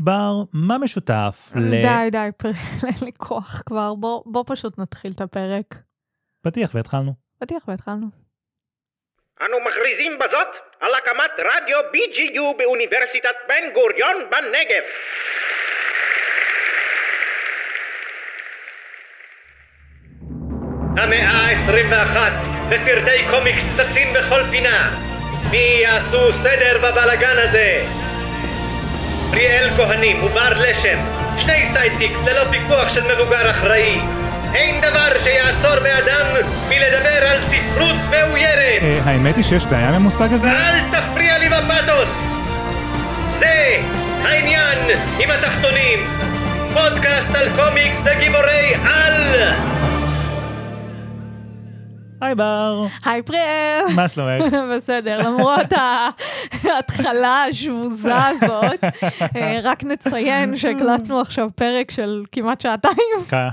בר, מה משותף אה, די, די, פר- אין לי כוח כבר, בוא בוא פשוט נתחיל את הפרק. לפתיח והתחלנו? פתיח והתחלנו. אנו מכריזים בזאת על הקמת רדיו BGU באוניברסיטת בן גוריון בנגב. המאה ה-21 וסרטי קומיקס צצים בכל פינה. מי יעשו סדר בבלגן הזה? אריאל כהנים ובר לשם, שני סיידקיקס ללא פיקוח של מבוגר אחראי. אין דבר שיעצור באדם מלדבר על ספרות מאוירת! אה, האמת היא שיש בעיה עם המושג הזה? אל תפריע לי בפאתוס! זה העניין עם התחתונים! פודקאסט על קומיקס וגיבורי על! היי בר, היי פריאל! מה שלומך? בסדר, למרות ה- ההתחלה השבוזה הזאת, אה, רק נציין שהקלטנו עכשיו פרק של כמעט שעתיים, כן.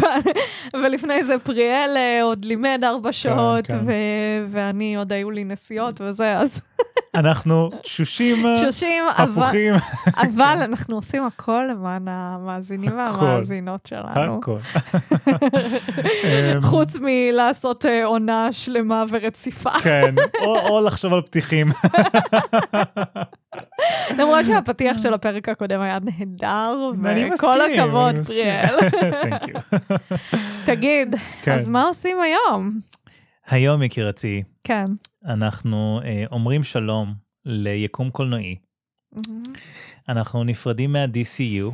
ו- ולפני זה פריאל אה, עוד לימד ארבע שעות, כן. ו- ואני עוד היו לי נסיעות וזה, אז אנחנו תשושים, אה, תשושים, אבל- הפוכים, כן. אבל אנחנו עושים הכל למען המאזינים הכל. והמאזינות שלנו. הכל. אמ, חוץ מלעשות אה, עונה שלמה ורציפה. כן, או או לחשוב על פתיחים. למרות שהפתיח של הפרק הקודם היה נהדר, אני מסכים. וכל אה, הכבוד, אני מסכים. פריאל. Thank you. תגיד, כן. אז מה עושים היום? היום, יקירתי, כן. אנחנו אה, אומרים שלום ליקום קולנועי. אנחנו נפרדים מה-DCU,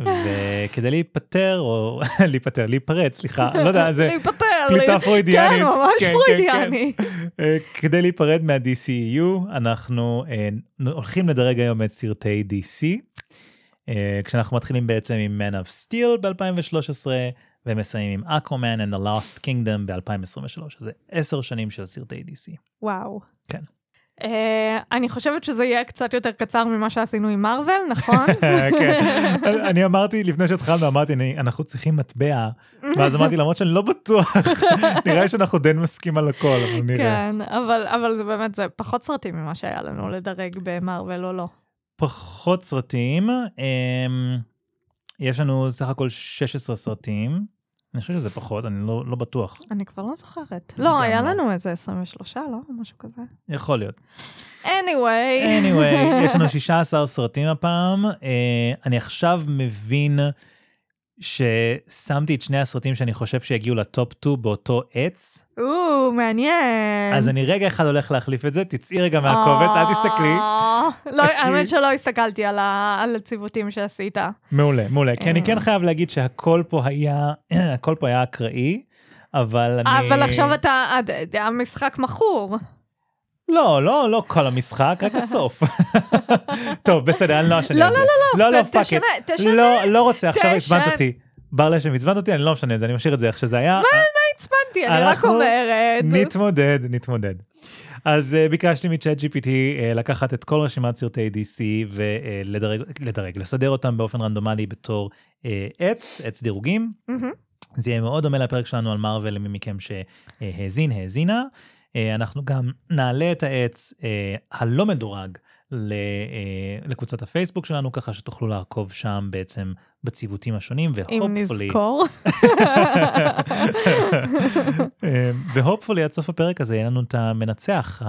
וכדי להיפטר, או להיפטר, להיפרד, סליחה, לא יודע, זה להיפטר. קליטה לה- פרוידיאנית. כן, ממש כן, כן, פרוידיאני. כן. אה, כדי להיפרד מה-DCU, אנחנו אה, נ- הולכים לדרג היום את סרטי DC, אה, כשאנחנו מתחילים בעצם עם Man of Steel ב-2013, ומסיימים עם Aquaman and the Lost Kingdom ב-2023, שזה עשר שנים של סרטי DC. וואו. כן. אה, אני חושבת שזה יהיה קצת יותר קצר ממה שעשינו עם מארוול, נכון? כן. אני אמרתי לפני שהתחלנו אמרתי "אני- אנחנו צריכים מטבע ואז אמרתי למרות שאני לא בטוח נראה לי שאנחנו די נסכים על הכל אבל נראה. כן, אבל, אבל זה באמת, זה פחות סרטים ממה שהיה לנו לדרג במארוול או לא. פחות סרטים אמ, יש לנו סך הכל 16 סרטים אני חושב שזה פחות אני לא לא בטוח אני כבר לא זוכרת. גם לא, היה לא. לנו איזה 23, לא? משהו כזה. יכול להיות. anyway. anyway, יש לנו 16 סרטים הפעם. אה, אני עכשיו מבין ששמתי את שני הסרטים שאני חושב שיגיעו לטופ 2 באותו עץ, או, מעניין. אז אני רגע אחד הולך להחליף את זה, תצאי רגע מהקובץ, אל תסתכלי. אה, לא, כי- האמת שלא הסתכלתי על ה- על הציוותים שעשית. מעולה, מעולה. כי אני אה. כן חייב להגיד שהכל פה היה, הכל פה היה אקראי, אבל אני... אבל עכשיו אתה, את- המשחק מכור. לא, לא, לא כל המשחק, רק הסוף. טוב, בסדר, אני לא אשנה לא, את לא, זה. לא, לא, לא, ת- פאק תשנה, את. תשנה. לא, לא רוצה, עכשיו תשנה. עצבנת אותי. בר לשם עצבנת אותי, אני לא משנה את זה, אני משאיר את זה איך שזה היה. הצפנתי, אני רק אנחנו אומרת. נתמודד, נתמודד. אז uh, ביקשתי מצ'אט GPT uh, לקחת את כל רשימת סרטי DC ולדרג, אה, לדרג, לסדר אותם באופן רנדומלי בתור uh, עץ, עץ דירוגים. מהמם. זה יהיה מאוד דומה לפרק שלנו על מארוול למי מכם שהאזין, האזינה. אה, אנחנו גם נעלה את העץ אה, הלא מדורג ל- אה, לקבוצת הפייסבוק שלנו, ככה שתוכלו לעקוב שם בעצם בציוותים השונים, אם והופפולי, נזכור. והופפולי אמ, עד סוף הפרק הזה יהיה לנו את המנצח,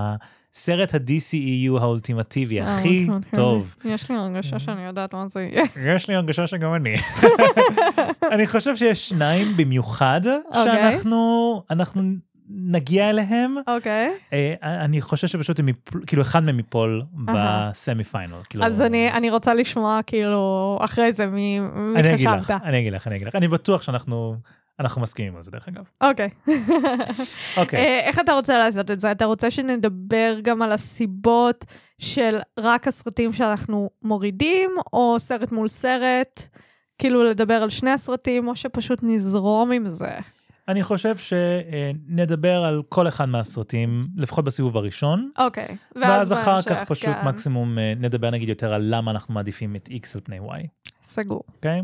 הסרט ה-DCEU האולטימטיבי אה, הכי אוקיי. טוב. יש לי הרגשה שאני יודעת מה זה יהיה. יש לי הרגשה שגם אני. אני חושב שיש שניים במיוחד אוקיי. שאנחנו אנחנו נגיע אליהם. אוקיי. אה, אני חושב שפשוט הם יפול- כאילו אחד מהם ייפול בסמי פיינל. כאילו- אז אני אני רוצה לשמוע כאילו אחרי זה מי מי אני אגיד לך, חשבת. אני אגיד לך, אני אגיד לך. אני בטוח שאנחנו אנחנו מסכימים על זה דרך אגב. אוקיי. אוקיי. אה, איך אתה רוצה לעשות את זה? אתה רוצה שנדבר גם על הסיבות של רק הסרטים שאנחנו מורידים, או סרט מול סרט? כאילו לדבר על שני הסרטים, או שפשוט נזרום עם זה. אני חושב שנדבר על כל אחד מהסרטים, לפחות בסיבוב הראשון. אוקיי. ואז מה אחר נשאר? כך פשוט כן. מקסימום אה, נדבר נגיד יותר על למה אנחנו מעדיפים את X על פני Y, סגור. אוקיי?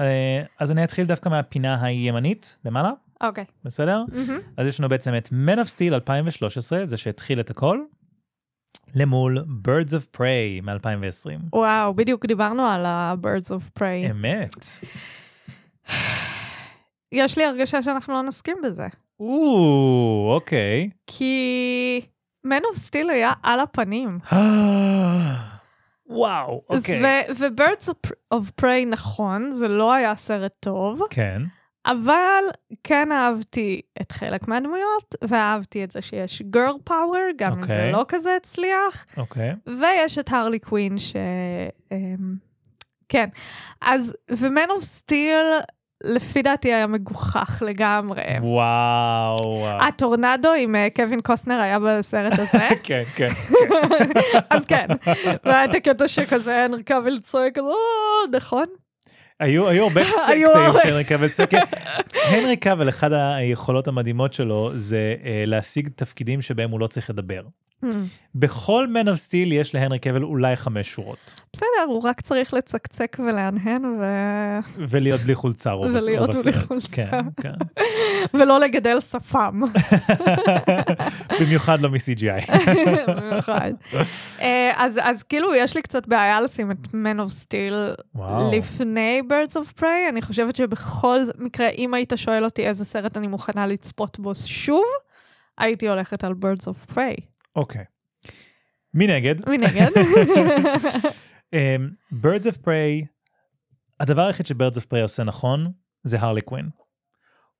אה, אז אני אתחיל דווקא מהפינה הימנית למעלה, אוקיי. בסדר? מהמם. אז יש לנו בעצם את Man of Steel 2013, זה שהתחיל את הכל. למול Birds of Prey מ-2020. וואו, בדיוק דיברנו על ה-Birds of Prey. אמת. יש לי הרגשה שאנחנו לא נסכים בזה. או, אוקיי. כי Man of Steel היה על הפנים. וואו, אוקיי. ו-Birds of Prey נכון, זה לא היה סרט טוב, כן. אבל כן אהבתי את חלק מהדמויות, ואהבתי את זה שיש גרל פאוור, גם אם זה אוקיי. לא כזה הצליח, אוקיי. ויש את הרלי קווין ש... אמ, כן. אז, ו-Man of Steel, לפי דעתי היה מגוחך לגמרי. וואו. הטורנדו עם אה, קווין קוסנר היה בסרט הזה, כן, כן. אז כן. והיה את הקטע שכזה הנרי קאביל צועק, "אה, נכון? היו היו הרבה היו קטעים הרבה. שהנרי קאבל צועק. הנרי קאבל, אחת היכולות המדהימות שלו זה אה, להשיג תפקידים שבהם הוא לא צריך לדבר. Hmm. בכל Man of Steel יש להנרי קאבל אולי חמש שורות. בסדר, הוא רק צריך לצקצק ולהנהן ו- ולהיות בלי חולצה רוב הס- ולהיות רוב בלי הסרט. חולצה. כן, כן. ולא לגדל שפם, במיוחד לא מ-CGI. במיוחד. אה, אז אז כאילו, יש לי קצת בעיה לשים את Man of Steel וואו. לפני Birds of Prey. אני חושבת שבכל מקרה, אם היית שואל אותי איזה סרט אני מוכנה לצפות בו שוב, הייתי הולכת על Birds of Prey. אוקיי. מנגד, מנגד. אמ, Birds of Prey, הדבר היחיד שבירדס אוף פריי עושה נכון זה הרלי קווין.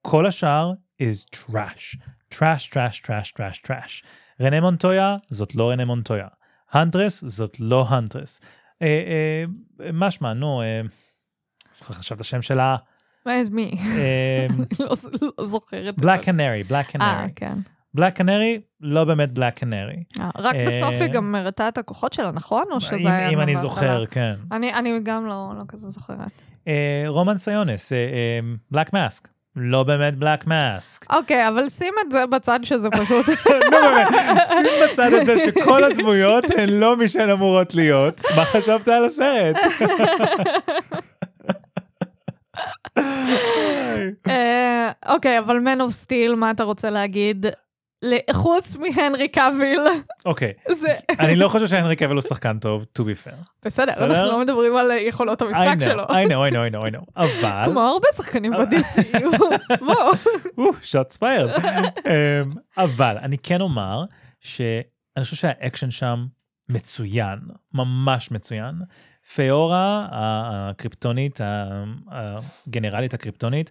כל השאר is trash. trash, trash, trash, trash, trash. רנה מונטויה זאת לא רנה מונטויה. הנטרס זאת לא הנטרס. אה, אה, משמע, נו, אה, חשבת השם שלה? מה, אז מי? אה, לא ז- לא זוכרת. Black Canary, Black אה, Canary. כן. Black Canary, לא באמת Black Canary. אה, רק אה, בסוף היא גם הראתה את הכוחות שלה, נכון? או שזה אם- היה... אם גם אני בהתחלה? זוכר, כן. אני, אני גם לא, לא כזה זוכרת. אה, רומן סיונס, בלק מאסק. לא באמת בלק מאסק. אוקיי, אבל שים את זה בצד שזה פשוט... נו באמת, לא, שים בצד את זה שכל הדמויות הן לא מי שהן אמורות להיות. מה חשבת על הסרט? אה, אוקיי, אבל Man of Steel, מה אתה רוצה להגיד? ל- חוץ מהנרי קאביל, אוקיי, זה... אני לא חושב שהנרי קבל הוא שחקן טוב, to be fair. בסדר, בסדר? אנחנו לא מדברים על יכולות המשחק I know, שלו. I know, I know, I know, I know, אבל... כמו הרבה שחקנים ב-DCU. בואו. שוטס פייר. אמ, אבל אני כן אומר שאני חושב שהאקשן שם מצוין, ממש מצוין. פיורה ה- הקריפטונית, ה- הגנרלית הקריפטונית,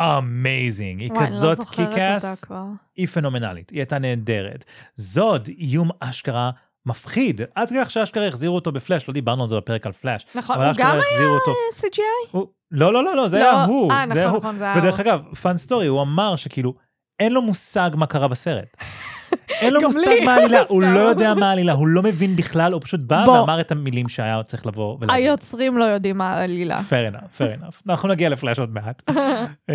אמייזינג, היא וואי, אני לא כזאת זוכרת אותה קיקאס, כבר. היא פנומנלית, היא הייתה נהדרת. זוד, איום אשכרה מפחיד, עד כך שאשכרה החזירו אותו בפלאש, לא דיברנו על זה בפרק על פלאש. נכון, אבל הוא אשכרה גם היה אה, החזירו אותו. CGI? הוא- לא, לא, לא, לא, זה לא, היה הוא. אה, זה היה נכון, הוא. נכון, זה היה ודרך הוא. אגב, פאן סטורי, הוא אמר שכאילו, אין לו מושג מה קרה בסרט. אין לו גם מושג לי, מה העלילה, הוא סתם. לא יודע מה העלילה, הוא לא מבין בכלל, הוא פשוט בא בוא. ואמר את המילים שהיה צריך לבוא ולהגיד. היוצרים לא יודעים מה העלילה. fair enough, fair enough. אנחנו נגיע לפלאש עוד מעט. אמ,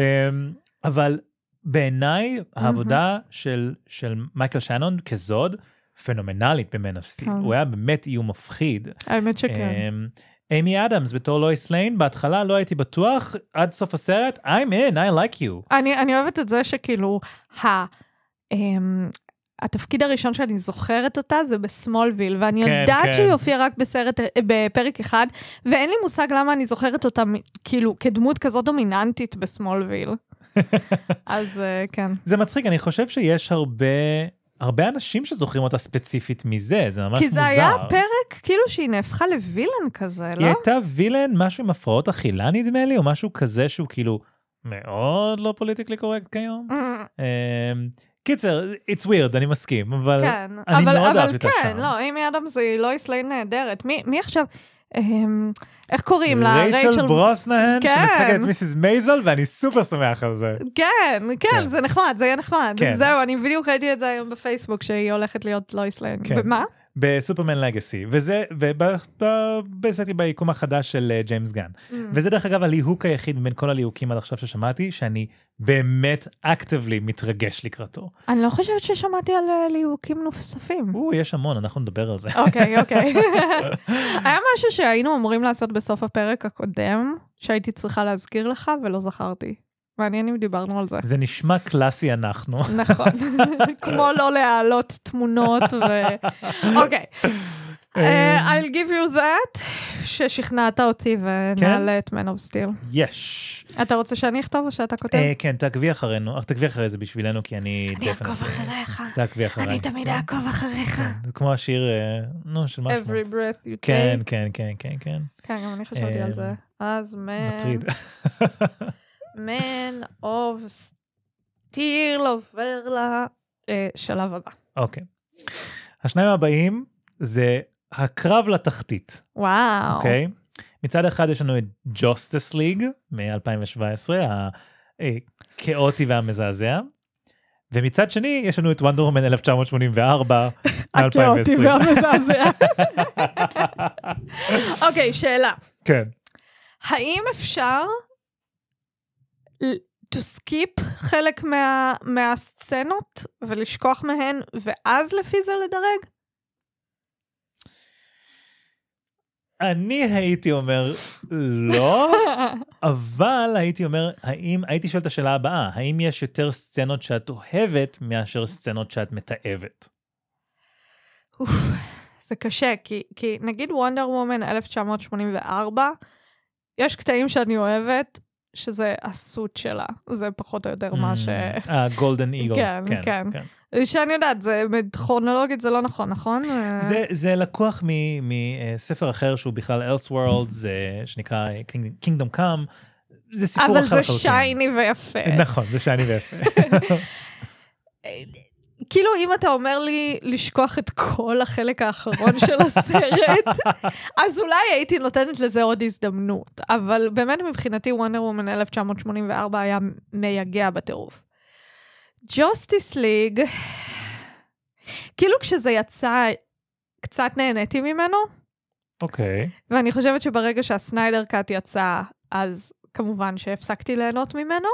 אבל בעיניי, העבודה של של מייקל שנון כזוד, פנומנלית במן אוף סטיל. כן. הוא היה באמת איום מפחיד. האמת שכן. אמ, אמי אדמס בתור לואיס ליין, בהתחלה לא הייתי בטוח, עד סוף הסרט, I'm in, I like you. אני, אני אוהבת את זה שכאילו, ה, אמ, התפקיד הראשון שאני זוכרת אותה זה בסמולוויל, ואני כן, יודעת כן. שהיא הופיעה רק בסרט, אה, בפרק אחד, ואין לי מושג למה אני זוכרת אותה מ- כאילו כדמות כזאת דומיננטית בסמולוויל. אז אה, כן. זה מצחיק, אני חושב שיש הרבה, הרבה אנשים שזוכרים אותה ספציפית מזה, זה ממש מוזר. כי זה היה פרק כאילו שהיא נהפכה לווילן כזה, היא לא? הייתה וילן, משהו עם הפרעות אכילה נדמה לי, או משהו כזה שהוא כאילו מאוד לא פוליטיקלי קורקט כיום. אה, אמ, קיצר, it's weird, אני מסכים, אבל כן, אני אבל, מאוד אבל אהבתי אותה כן, שם. לא, אימי אדמס היא לואיס ליין נהדרת. מי, מי עכשיו, אמ, איך קוראים לה? רייצ'ל ברוסנהן, כן. שמשחקת את מיסיס מייזל, ואני סופר שמח על זה. כן, כן. כן, זה נחמד, זה יהיה נחמד. כן. זהו, אני בדיוק ראיתי את זה היום בפייסבוק, שהיא הולכת להיות לא לואיס ליין. כן. במה? בסופרמן לגאסי, וזה, ובעצם ביקום החדש של אה, ג'יימס גן. Mm. וזה דרך אגב הליהוק היחיד מבין כל הליהוקים עד עכשיו ששמעתי, שאני באמת אקטיבלי מתרגש לקראתו. אני לא חושבת ששמעתי על אה, ליהוקים נוספים. או, יש המון, אנחנו נדבר על זה. אוקיי, אוקיי. היה משהו שהיינו אמורים לעשות בסוף הפרק הקודם, שהייתי צריכה להזכיר לך ולא זכרתי. מעניין אם דיברנו על זה. זה נשמע קלאסי אנחנו. נכון, כמו לא להעלות תמונות ו... אוקיי. אה, I'll give you that, ששכנעת אותי ונעלה את Man of Steel. יש. אתה רוצה שאני אכתוב או שאתה כותב? אה, כן, תעקבי אחרינו, אה, תעקבי אחרי זה בשבילנו, כי אני... אני definitely- אעקוב אחריך. תעקבי אחריי. אני תמיד אעקוב אחריך. כן, זה כמו השיר, אה, נו, של משהו. Every breath you take. כן, כן, כן, כן, כן. כן, גם אני חשבתי על זה. אה, אז man, מטריד. man of steel עובר לשלב הבא. אוקיי. השניים הבאים זה הקרב לתחתית. וואו. אוקיי? מצד אחד יש לנו את ג'וסטס ליג מ-2017, הכאוטי אה, והמזעזע. ומצד שני, יש לנו את וונדר וומן 1984 הכאוטי מ-2020. לא והמזעזע. אוקיי, שאלה. כן. האם אפשר ל- to skip חלק מה, מהסצנות ולשכוח מהן, ואז לפי זה לדרג? אני הייתי אומר לא, אבל הייתי אומר, האם, הייתי שואל את השאלה הבאה, האם יש יותר סצנות שאת אוהבת מאשר סצנות שאת מתעבת? אוף, זה קשה, כי, כי נגיד וונדר וומן 1984, יש קטעים שאני אוהבת, שזה הסוט שלה, זה פחות או יותר Mm. מה ש... אה, הגולדן איגול. כן, כן. שאני יודעת, זה כרונולוגית זה לא נכון, נכון? זה, זה לקוח מספר אחר שהוא בכלל Elseworld, זה שנקרא King- Kingdom Come, זה סיפור אחר אבל זה לחלוטין. שייני ויפה. נכון, זה שייני ויפה. כאילו אם אתה אומר לי לשכוח את כל החלק האחרון של הסרט, אז אולי הייתי נותנת לזה עוד הזדמנות. אבל באמת מבחינתי וונדר וומן 1984 היה מייגע בטירוף. ג'וסטיס ליג, כאילו כשזה יצא, קצת נהניתי ממנו, אוקיי. ואני חושבת שברגע שהסניידר קאט יצא, אז כמובן שהפסקתי ליהנות ממנו.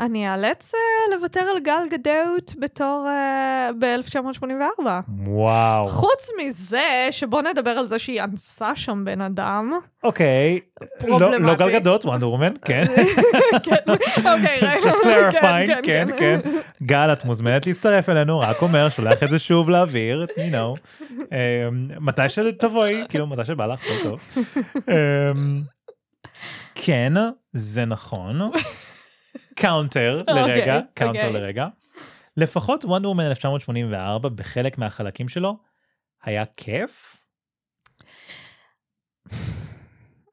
אני אאלץ אה, לוותר על גל גדות בתור אה, ב-1984. וואו. חוץ מזה, שבוא נדבר על זה שהיא אנסה שם בן אדם. אוקיי. לא- לא פרובלמטי. גל גדות, וונדר וומן, כן. כן, אוקיי, ראינו. Just כן, clarifying, כן, כן. גל, את מוזמנת להצטרף אלינו, רק אומר, שולח את זה שוב לאוויר, you know. אמ, מתי שתבואי, כאילו, מתי שבא לך, הכל טוב. אמ, כן, זה נכון. קאונטר לרגע, אוקיי, קאונטר אוקיי. לרגע. לפחות וונדר וומן 1984, בחלק מהחלקים שלו, היה כיף.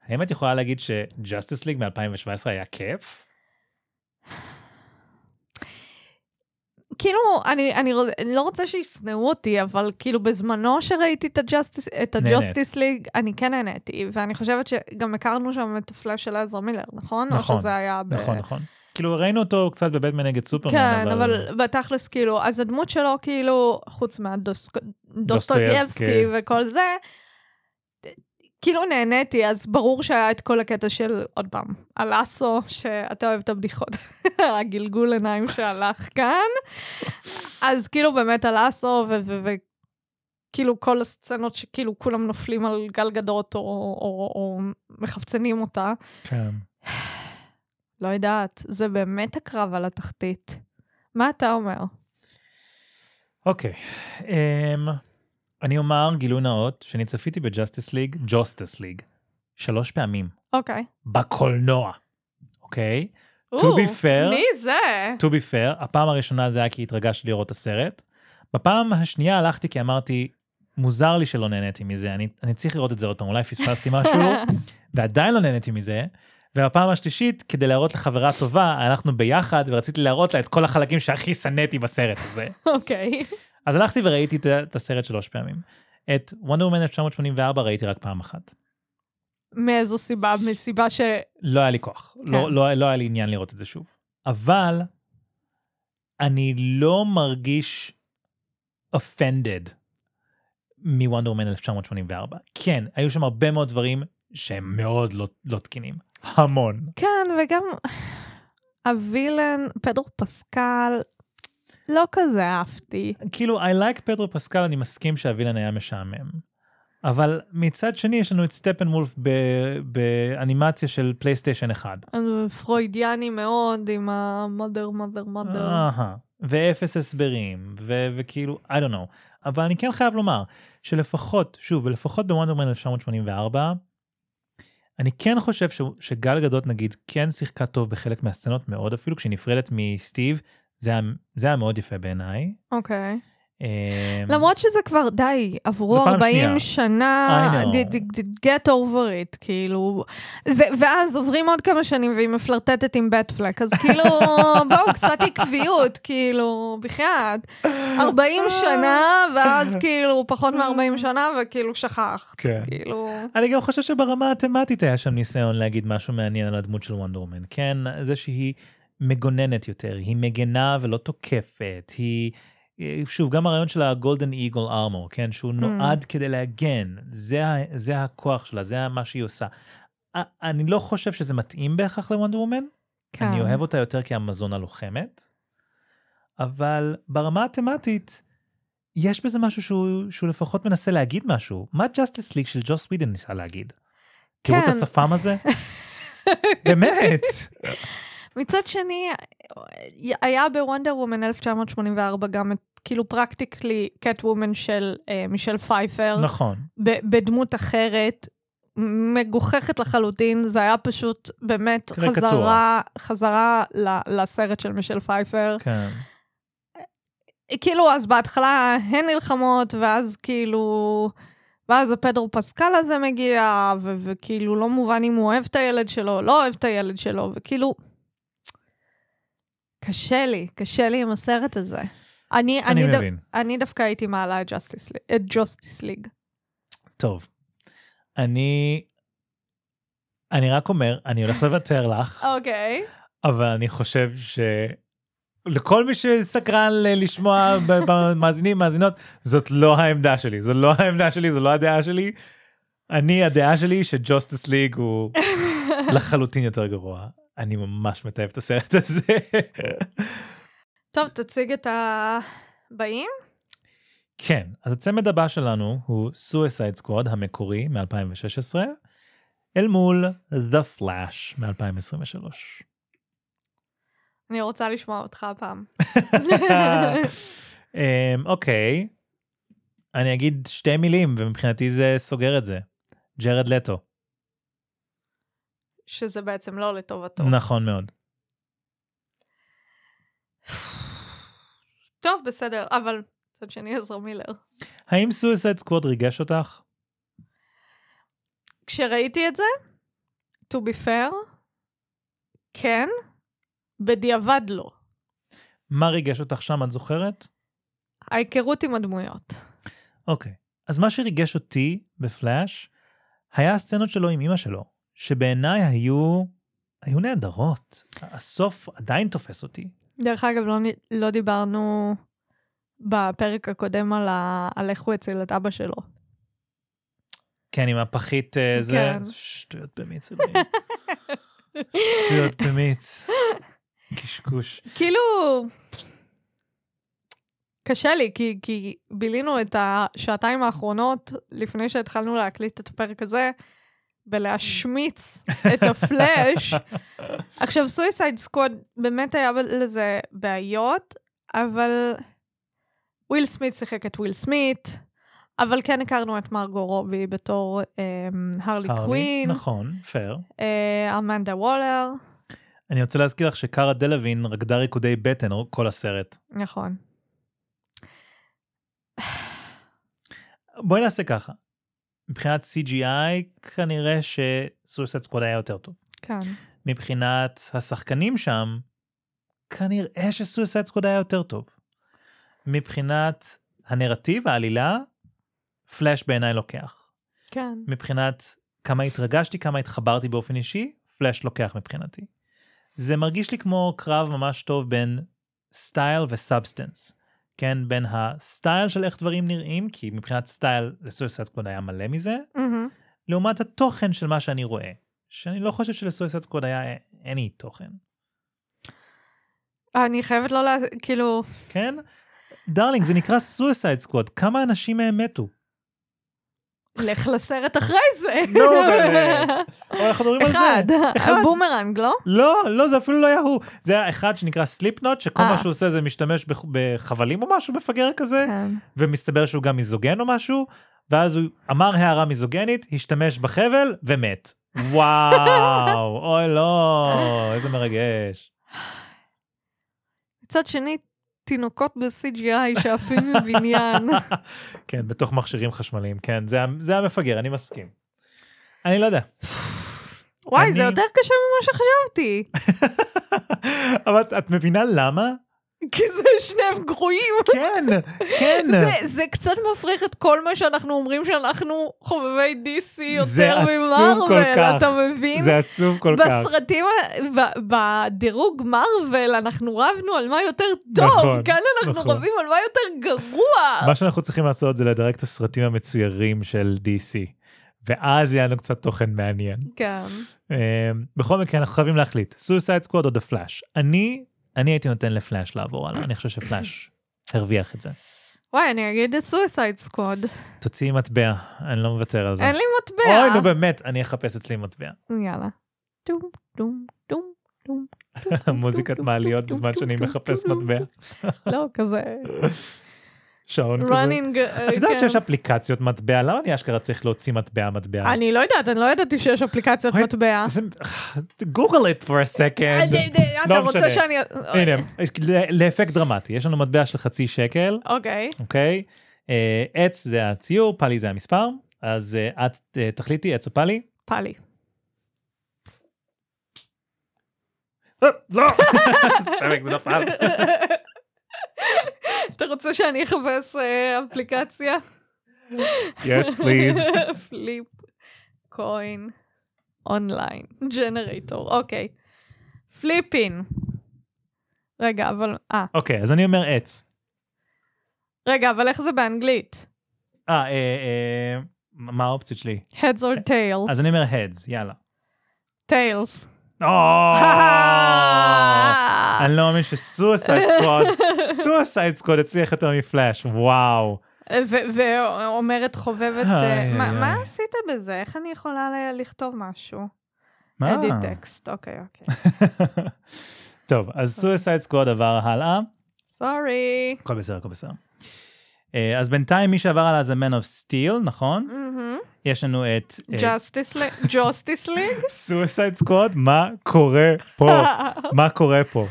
האם את יכולה להגיד שג'סטיס ליג מ-2017 היה כיף? כאילו, אני, אני, רוצ- אני לא רוצה שישנאו אותי, אבל כאילו בזמנו שראיתי את הג'סטיס, את נהנית. הג'סטיס ליג, אני כן נהניתי, ואני חושבת שגם הכרנו שם את הפלאש של עזרא מילר, נכון? נכון, או שזה היה ב... נכון, נכון. כאילו ראינו אותו קצת בבטמן נגד סופרמן, אה, כן, אבל בתכלס, כאילו, אז הדמות שלו, כאילו, חוץ מהדוסטויבסקי דוסטויבסקי. וכל זה, כאילו נהניתי, אז ברור שהיה את כל הקטע של, עוד פעם, אלאסו, שאתה אוהב את הבדיחות, הגלגול עיניים שהלך כאן. אז כאילו באמת אלאסו, וכאילו כל הסצנות שכאילו כולם נופלים על גל גדות או, או, או מחפצנים אותה. כן. לא יודעת, זה באמת הקרב על התחתית. מה אתה אומר? אוקיי. אמ, אני אומר גילוי נאות, שאני צפיתי בג'סטיס ליג, ג'וסטס ליג, שלוש פעמים, אוקיי. בקולנוע, אוקיי? To או, be fair- מי זה? to be fair, הפעם הראשונה זה היה כי התרגשתי לראות את הסרט. בפעם השנייה הלכתי כי אמרתי, מוזר לי שלא נהניתי מזה, אני, אני צריך לראות את זה עוד פעם, אולי פספסתי משהו, ועדיין לא נהניתי מזה. ובפעם השלישית, כדי להראות לחברה טובה, הלכנו ביחד, ורציתי להראות לה את כל החלקים שהכי שנאתי בסרט הזה. אוקיי. אז הלכתי וראיתי את, את הסרט שלוש פעמים. את Wonder Woman 1984 ראיתי רק פעם אחת. מאיזו סיבה? מסיבה ש... לא היה לי כוח, כן. לא, לא, לא היה לי עניין לראות את זה שוב. אבל אני לא מרגיש offended מ-Wonder Woman 1984. כן, היו שם הרבה מאוד דברים שהם מאוד לא, לא תקינים. המון. כן, וגם הווילן, פדרו פסקל, לא כזה אהבתי. כאילו, I like פדרו פסקל, אני מסכים שהווילן היה משעמם. אבל מצד שני יש לנו את סטפן וולף באנימציה של פלייסטיישן 1. פרוידיאני מאוד עם המאדר, מאדר, מאדר. אהה. ואפס הסברים, ו- וכאילו, I don't know. אבל אני כן חייב לומר, שלפחות, שוב, לפחות בוונדרמן 1984, אני כן חושב ש- שגל גדות, נגיד, כן שיחקה טוב בחלק מהסצנות מאוד, אפילו כשהיא נפרדת מסטיב, זה היה, זה היה מאוד יפה בעיניי. אוקיי. אמ, למרות שזה כבר, די, זו עברו פעם 40 שנייה. שנה, I know. did- did- did get over it, כאילו. ו- ואז עוברים עוד כמה שנים והיא מפלרטטת עם בטפלק, אז כאילו, בואו, קצת עקביות, כאילו, בחייאת. 40 שנה, ואז כאילו, פחות מ-40 שנה, וכאילו שכחת. כן. כאילו... אני גם חושב שברמה התמטית היה שם ניסיון להגיד משהו מעניין על הדמות של וונדר וומן. כן, זה שהיא מגוננת יותר, היא מגנה ולא תוקפת, היא... שוב, גם הרעיון של הגולדן איגול ארמור, כן, שהוא נועד כדי להגן, זה, ה- זה הכוח שלה, זה מה שהיא עושה. א- אני לא חושב שזה מתאים בהכרח לוונדר וומן, כן. אני אוהב אותה יותר כאמזון הלוחמת, אבל ברמה התמטית, יש בזה משהו שהוא, שהוא לפחות מנסה להגיד משהו. מה ג'סטיס ליג של ג'וס ווידן ניסה להגיד? תראו את כן. השפם הזה? באמת. מצד שני, היה בוונדר וומן 1984 גם את, כאילו פרקטיקלי קט וומן של אה, מישל פייפר, נכון. ב- בדמות אחרת, מגוחכת לחלוטין, זה היה פשוט באמת קריקטורה. חזרה, חזרה ל- לסרט של מישל פייפר. כן. כאילו, אז בהתחלה הן נלחמות, ואז כאילו... ואז הפדרו פסקל הזה מגיע, ו- וכאילו לא מובן אם הוא אוהב את הילד שלו, לא אוהב את הילד שלו, וכאילו... קשה לי, קשה לי עם הסרט הזה. אני, אני דו- מבין. אני דווקא הייתי מעלה את Justice League- את ג'וסטיס ליג. טוב. אני... אני רק אומר, אני הולך לוותר לך, אוקיי. אבל אני חושב ש... לכל מי שסקרן ל- לשמוע ב- במאזינים, מאזינות, זאת לא העמדה שלי. זו לא העמדה שלי, זו לא הדעה שלי. אני, הדעה שלי היא שג'וסטיס ליג הוא לחלוטין יותר גרוע. אני ממש מתעב את הסרט הזה. טוב, תציג את הבאים. כן, אז הצמד הבא שלנו הוא Suicide Squad המקורי מ-2016, אל מול The Flash מ-2023. אני רוצה לשמוע אותך הפעם. אמ, אוקיי, אני אגיד שתי מילים, ומבחינתי זה סוגר את זה. ג'רד לטו. שזה בעצם לא לטובתו. נכון מאוד. טוב, בסדר, אבל מצד שני עזרא מילר. האם Suicide Squad ריגש אותך? כשראיתי את זה, to be fair, כן, בדיעבד לא. מה ריגש אותך שם, את זוכרת? ההיכרות עם הדמויות. אוקיי. אז מה שריגש אותי בפלאש, היה הסצנות שלו עם אימא שלו, שבעיניי היו, היו נהדרות. הסוף עדיין תופס אותי. דרך אגב, לא, נ- לא דיברנו בפרק הקודם על, ה... על איך הוא הציל את אבא שלו. כן, עם הפחית אה, זה, כן. שטויות במיץ. אדוני. שטויות במיץ. קשקוש. כאילו... קשה לי, כי, כי בילינו את השעתיים האחרונות לפני שהתחלנו להקליט את הפרק הזה, בלהשמיץ את הפלאש. עכשיו, סויסייד סקווד באמת היה לזה בעיות, אבל וויל סמית שיחק את וויל סמית, אבל כן הכרנו את מרגו רובי בתור אמ, הרלי הרלי, קווין, נכון, פייר. אה, אמנדה וולר, אני רוצה להזכיר לך שקארה דלווין רקדה ריקודי בטן כל הסרט. נכון. בואי נעשה ככה. מבחינת CGI, כנראה שסויסד סקוד היה יותר טוב. כן. מבחינת השחקנים שם, כנראה שסויסד סקוד היה יותר טוב. מבחינת הנרטיב, העלילה, פלאש בעיניי לוקח. כן. מבחינת כמה התרגשתי, כמה התחברתי באופן אישי, פלאש לוקח מבחינתי. זה מרגיש לי כמו קרב ממש טוב בין סטייל וסאבסטנס. כן, בין הסטייל של איך דברים נראים, כי מבחינת סטייל לסויסד סקוד היה מלא מזה, מהמם. לעומת התוכן של מה שאני רואה, שאני לא חושב שלסויסד סקוד היה any תוכן, אני חייבת לא לה... כאילו... כן? דרלינג, זה נקרא סויסד סקוד, כמה אנשים מהם מתו? לך לסרט אחרי זה. נו, באמת. אבל אנחנו מדברים על זה. אחד, אחד. הבומרנג, לא? לא, לא, זה אפילו לא היה הוא. זה היה אחד שנקרא סליפנוט, שכל אה. מה שהוא עושה זה משתמש בח- בחבלים או משהו מפגר כזה, כן. ומסתבר שהוא גם מיזוגן או משהו, ואז הוא אמר הערה מיזוגנית, השתמש בחבל ומת. וואו, אוי לא, איזה מרגש. מצד שני, תינוקות ב-CGI שעפים מבניין. כן, בתוך מכשירים חשמליים, כן, זה, ה- זה המפגר, אני מסכים. אני לא יודע. וואי, זה אני- יותר קשה ממה שחשבתי. אבל את, את מבינה למה? כי זה שניהם גרועים. כן, כן. זה- זה קצת מפריך את כל מה שאנחנו אומרים שאנחנו חובבי DC זה יותר עצוב כל ממרוויל, כך. אתה מבין? זה עצוב כל כך. בסרטים, ה- ב- בדירוג מארוול אנחנו רבנו על מה יותר טוב, נכון, כאן אנחנו נכון. רבים על מה יותר גרוע. מה שאנחנו צריכים לעשות זה לדרג את הסרטים המצוירים של DC, ואז יהיה לנו קצת תוכן מעניין. כן. אה, בכל מקרה, אנחנו חייבים להחליט, סויסייד סקווד או דה פלאש. אני, אני הייתי נותן לפלאש לעבור הלאה, אני חושב שפלאש הרוויח את זה. וואי, אני אגיד סויסייד סקווד. תוציאי מטבע, אני לא מוותר על זה. אין לי מטבע. אוי, נו באמת, אני אחפש אצלי מטבע. יאללה. דום, דום, דום, דום. מוזיקת מעליות בזמן שאני מחפש מטבע. לא, כזה... שעון כזה. אה, running... אה, את כן. יודעת שיש אפליקציות מטבע, למה אני אשכרה צריך להוציא מטבע מטבע? אני לא יודעת, אני לא ידעתי שיש אפליקציות אוי, מטבע. גוגל it for a אה, second. ד- ד- לא אתה רוצה משנה. שאני... הנה, ל- לאפקט דרמטי, יש לנו מטבע של חצי שקל, אוקיי. אוקיי? אה, עץ זה הציור, פאלי זה המספר, אז אה, את אה, תחליטי, עץ או פאלי? פאלי. אה, לא! סמק, זה לא נפל. אתה רוצה שאני אחפש אה, אפליקציה? Yes, please. פליפ קוין אונליין ג'נרטור, אוקיי. פליפין. רגע, אבל... אה, אוקיי, אז אני אומר עץ. רגע, אבל איך זה באנגלית? אה, אה, אה, מה האופציות שלי? Heads or tails? אז אני אומר heads, יאללה. tails. או! אה, אני לא מאמין שסויסייד סקווד, סויסייד סקווד הצליח יותר מפלאש, וואו. ו- ואומרת חובבת, אה, איי, מה איי, מה איי. עשית בזה? איך אני יכולה ל- לכתוב משהו? מה? אדיט טקסט, אוקיי, אוקיי. אה. טוב, אז סויסייד סקווד עבר הלאה. סורי. הכל בסדר, הכל בסדר. אה, אז בינתיים מי שעבר עליו זה Man of Steel, נכון? יש לנו את אה, ג'וסטיס ליג? סויסייד סקווד, מה קורה פה? מה קורה פה?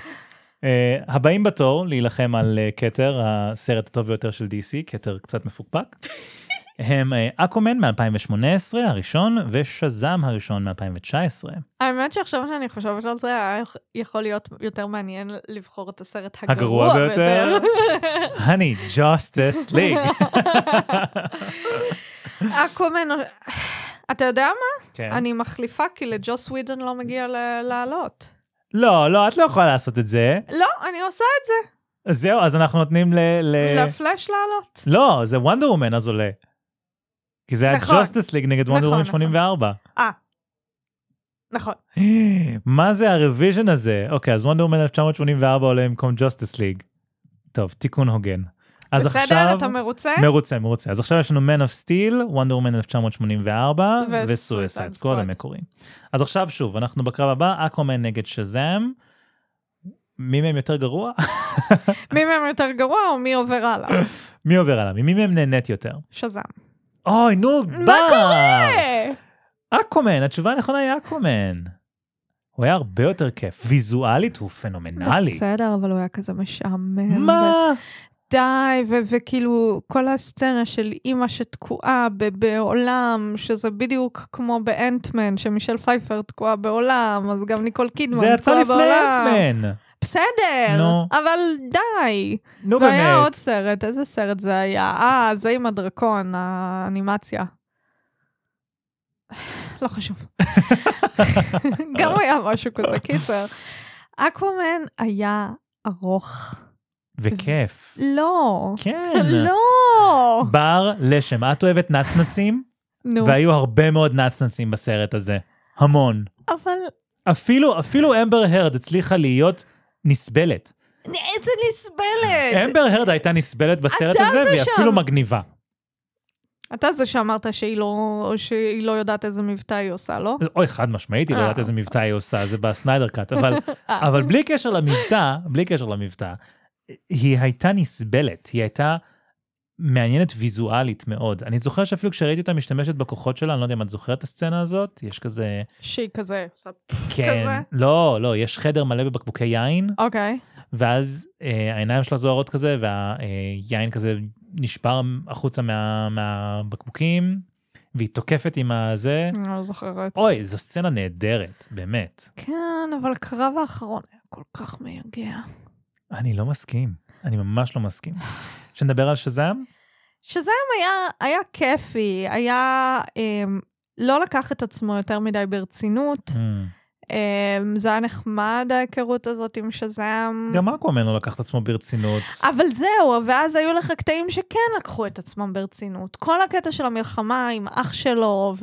אה, הבאים בתור להילחם על אה, כתר, הסרט הטוב ביותר של DC, כתר קצת מפוקפק. הם אה, אקומן מ-2018 הראשון ושזאם הראשון מ-2019. האמת שעכשיו שאני חושבת על זה, היה יכ- יכול להיות יותר מעניין לבחור את הסרט הגרוע הגרוע ביותר. ביותר. honey, justice league. אקוומן, אתה יודע מה? כן. אני מחליפה כי לג'וס ווידון לא מגיע ל- לעלות. לא, לא, את לא יכולה לעשות את זה. לא, אני עושה את זה, אז זהו, אז אנחנו נותנים ל... ל- לפלאש לעלות. לא. לא, זה וונדר אומן אז עולה. כי זה היה נכון. ג'וסטס ליג נגד וונדר נכון, אומן נכון. 84. אה. נכון. מה זה הרוויז'ן הזה? אוקיי, אז וונדר אומן 1984 עולה במקום ג'וסטס ליג. טוב, תיקון הוגן. אז בסדר, עכשיו... אתה מרוצה? מרוצה, מרוצה. אז עכשיו יש לנו Man of Steel, Wonder Woman 1984 ו- וסויסייד Suicide סקווד Squad. המקורי. אז עכשיו שוב, אנחנו בקרב הבא, אקומן נגד שזאם. מי מהם יותר גרוע? מי מהם יותר גרוע או מי עובר הלאה? מי עובר עליו? ממי מהם נהנית יותר? שזם. אוי, נו, בר! מה קורה? אקומן, התשובה הנכונה היא אקומן. הוא היה הרבה יותר כיף. ויזואלית הוא פנומנלי. בסדר, אבל הוא היה כזה משעמם. מה? די, ו- וכאילו כל הסצנה של אימא שתקועה ב- בעולם, שזה בדיוק כמו באנטמן, שמישל פייפר תקועה בעולם, אז גם ניקול קידמן זה תקועה בעולם. יצא לפני אנטמן. בסדר, נו. אבל די. נו והיה באמת. לא עוד סרט, איזה סרט זה היה? אה, זה עם הדרקון, האנימציה. לא חשוב. גם היה משהו כזה, קיצר. אקוומן היה ארוך. וכיף. לא. כן. לא. בר לשם, את אוהבת נצנצים? נו, והיו הרבה מאוד נצנצים בסרט הזה. המון. אבל אפילו, אפילו אמבר הרד הצליחה להיות נסבלת. איזה נסבלת. אמבר הרד הייתה נסבלת בסרט אה, אתה הזה, זה והיא שם. אפילו מגניבה. אתה זה שאמרת שהיא לא, שהיא לא יודעת איזה מבטא היא עושה, לא? אוי, חד משמעית, היא לא אה. יודעת איזה מבטא היא עושה, זה בסניידר קאט, אבל, אבל בלי קשר למבטא, בלי קשר למבטא, היא הייתה נסבלת, היא הייתה מעניינת ויזואלית מאוד. אני זוכר שאפילו כשראיתי אותה משתמשת בכוחות שלה, אני לא יודע אם את זוכרת את הסצנה הזאת, יש כזה... שהיא כזה עושה פפפ כן, כזה. לא, לא, יש חדר מלא בבקבוקי יין, אוקיי. ואז אה, העיניים שלה זוהרות כזה, והיין כזה נשבר החוצה מה, מהבקבוקים, והיא תוקפת עם הזה. אני לא זוכרת. אוי, זו סצנה נהדרת, באמת. כן, אבל הקרב האחרון היה כל כך מייגע. אני לא מסכים, אני ממש לא מסכים. שנדבר על שזאם? שזאם היה, היה כיפי, היה... אמ, לא לקח את עצמו יותר מדי ברצינות. Mm. אמ, זה היה נחמד ההיכרות הזאת עם שזאם. גם אקוואמן לא לקח את עצמו ברצינות. אבל זהו, ואז היו לך קטעים שכן לקחו את עצמם ברצינות. כל הקטע של המלחמה עם אח שלו,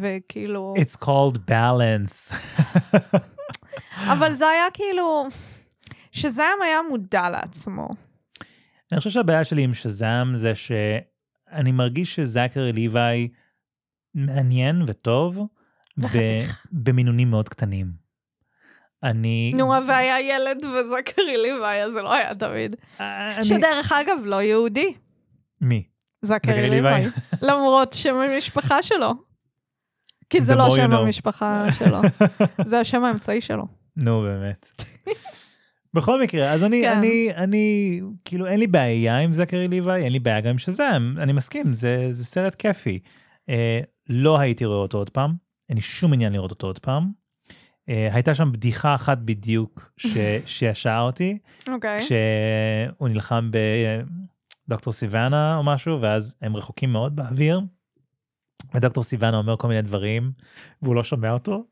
וכאילו... It's called balance. אבל זה היה כאילו... שזאם היה מודע לעצמו. אני חושב שהבעיה שלי עם שזאם זה שאני מרגיש שזכרי ליוואי מעניין וטוב, ב- וחתיך. במינונים מאוד קטנים. אני... נו, והיה ילד וזכרי ליוואי, אז זה לא היה תמיד. אה, אני- שדרך אגב, לא יהודי. מי? זכרי ליוואי. למרות שם המשפחה שלו. כי זה The לא more שם you know. המשפחה שלו, זה השם האמצעי שלו. נו באמת. בכל מקרה, אז אני, כן. אני, אני, כאילו אין לי בעיה עם זכרי ליוואי, אין לי בעיה גם עם שזאם, אני מסכים, זה, זה סרט כיפי. אה, לא הייתי רואה אותו עוד פעם, אין לי שום עניין לראות אותו עוד פעם. אה, הייתה שם בדיחה אחת בדיוק ש, שישעה אותי, אוקיי. כשהוא נלחם בדוקטור סיוונה או משהו, ואז הם רחוקים מאוד באוויר, ודוקטור סיוונה אומר כל מיני דברים, והוא לא שומע אותו,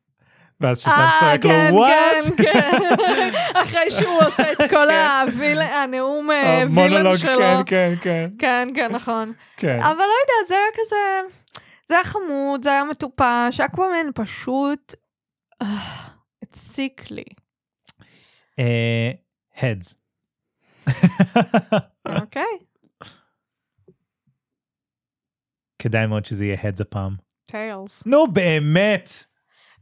ואז שזאם צועק לו, כן, וואט? כן, כן. אחרי שהוא עושה את כל הוויל- הנאום אה, וילן כן. המונולוג, שלו. כן, כן, כן, כן, כן, נכון. כן. אבל לא יודעת, זה היה כזה... זה היה חמוד, זה היה מטופש, אקוואמן פשוט... אה, הציק לי. אה, heads. אה. אוקיי? כדאי מאוד שזה יהיה heads הפעם. טיילס. נו באמת!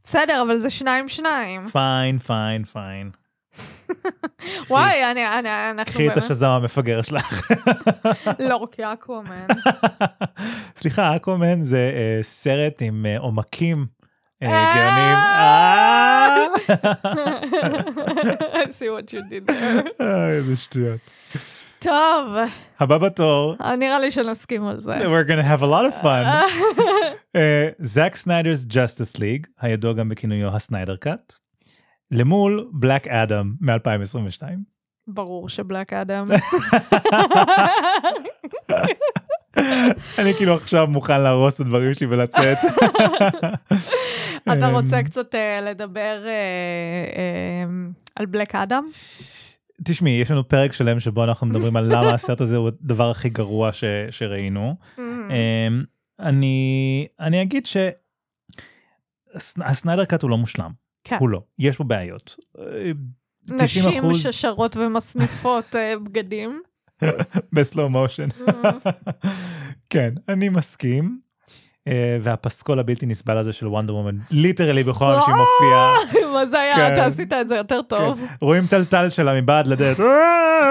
בסדר, אבל זה שניים שניים. פיין, פיין, פיין. וואי, אני, אני, אנחנו קחי את באמת... השזם המפגר שלך. לא, כי אקוואמן. סליחה, אקומן זה אה, סרט עם אה, עומקים אה, אה! גאונים. אה! I see what you did there. אה, איזה שטויות. טוב, אה, הבא בתור, נראה לי שנסכים על זה. we're gonna have a lot of אה. fun. זאק סניידר's אה, Justice League, הידוע גם בכינויו הסניידר קאט, למול בלק אדם מ-2022. ברור שבלק אדם. אני כאילו עכשיו מוכן להרוס את הדברים שלי ולצאת. אמ, אתה רוצה קצת אה, לדבר אה, אה, על בלק אדם? תשמעי, יש לנו פרק שלם שבו אנחנו מדברים על למה הסרט הזה הוא הדבר הכי גרוע ש- שראינו. Mm. אמ, אני אני אגיד ש... הס- הסניידר קאט הוא לא מושלם, כן. הוא לא, יש בו בעיות. אה, 90% נשים ששרות ומסניפות אה, בגדים. בסלואו מושן. כן, אני מסכים. אה, והפסקול הבלתי נסבל הזה של וונדר וומן, ליטרלי בכל פעם אה! שהיא מופיעה, מה זה היה? כן. אתה עשית את זה יותר טוב. כן, רואים טלטל שלה מבעד לדלת,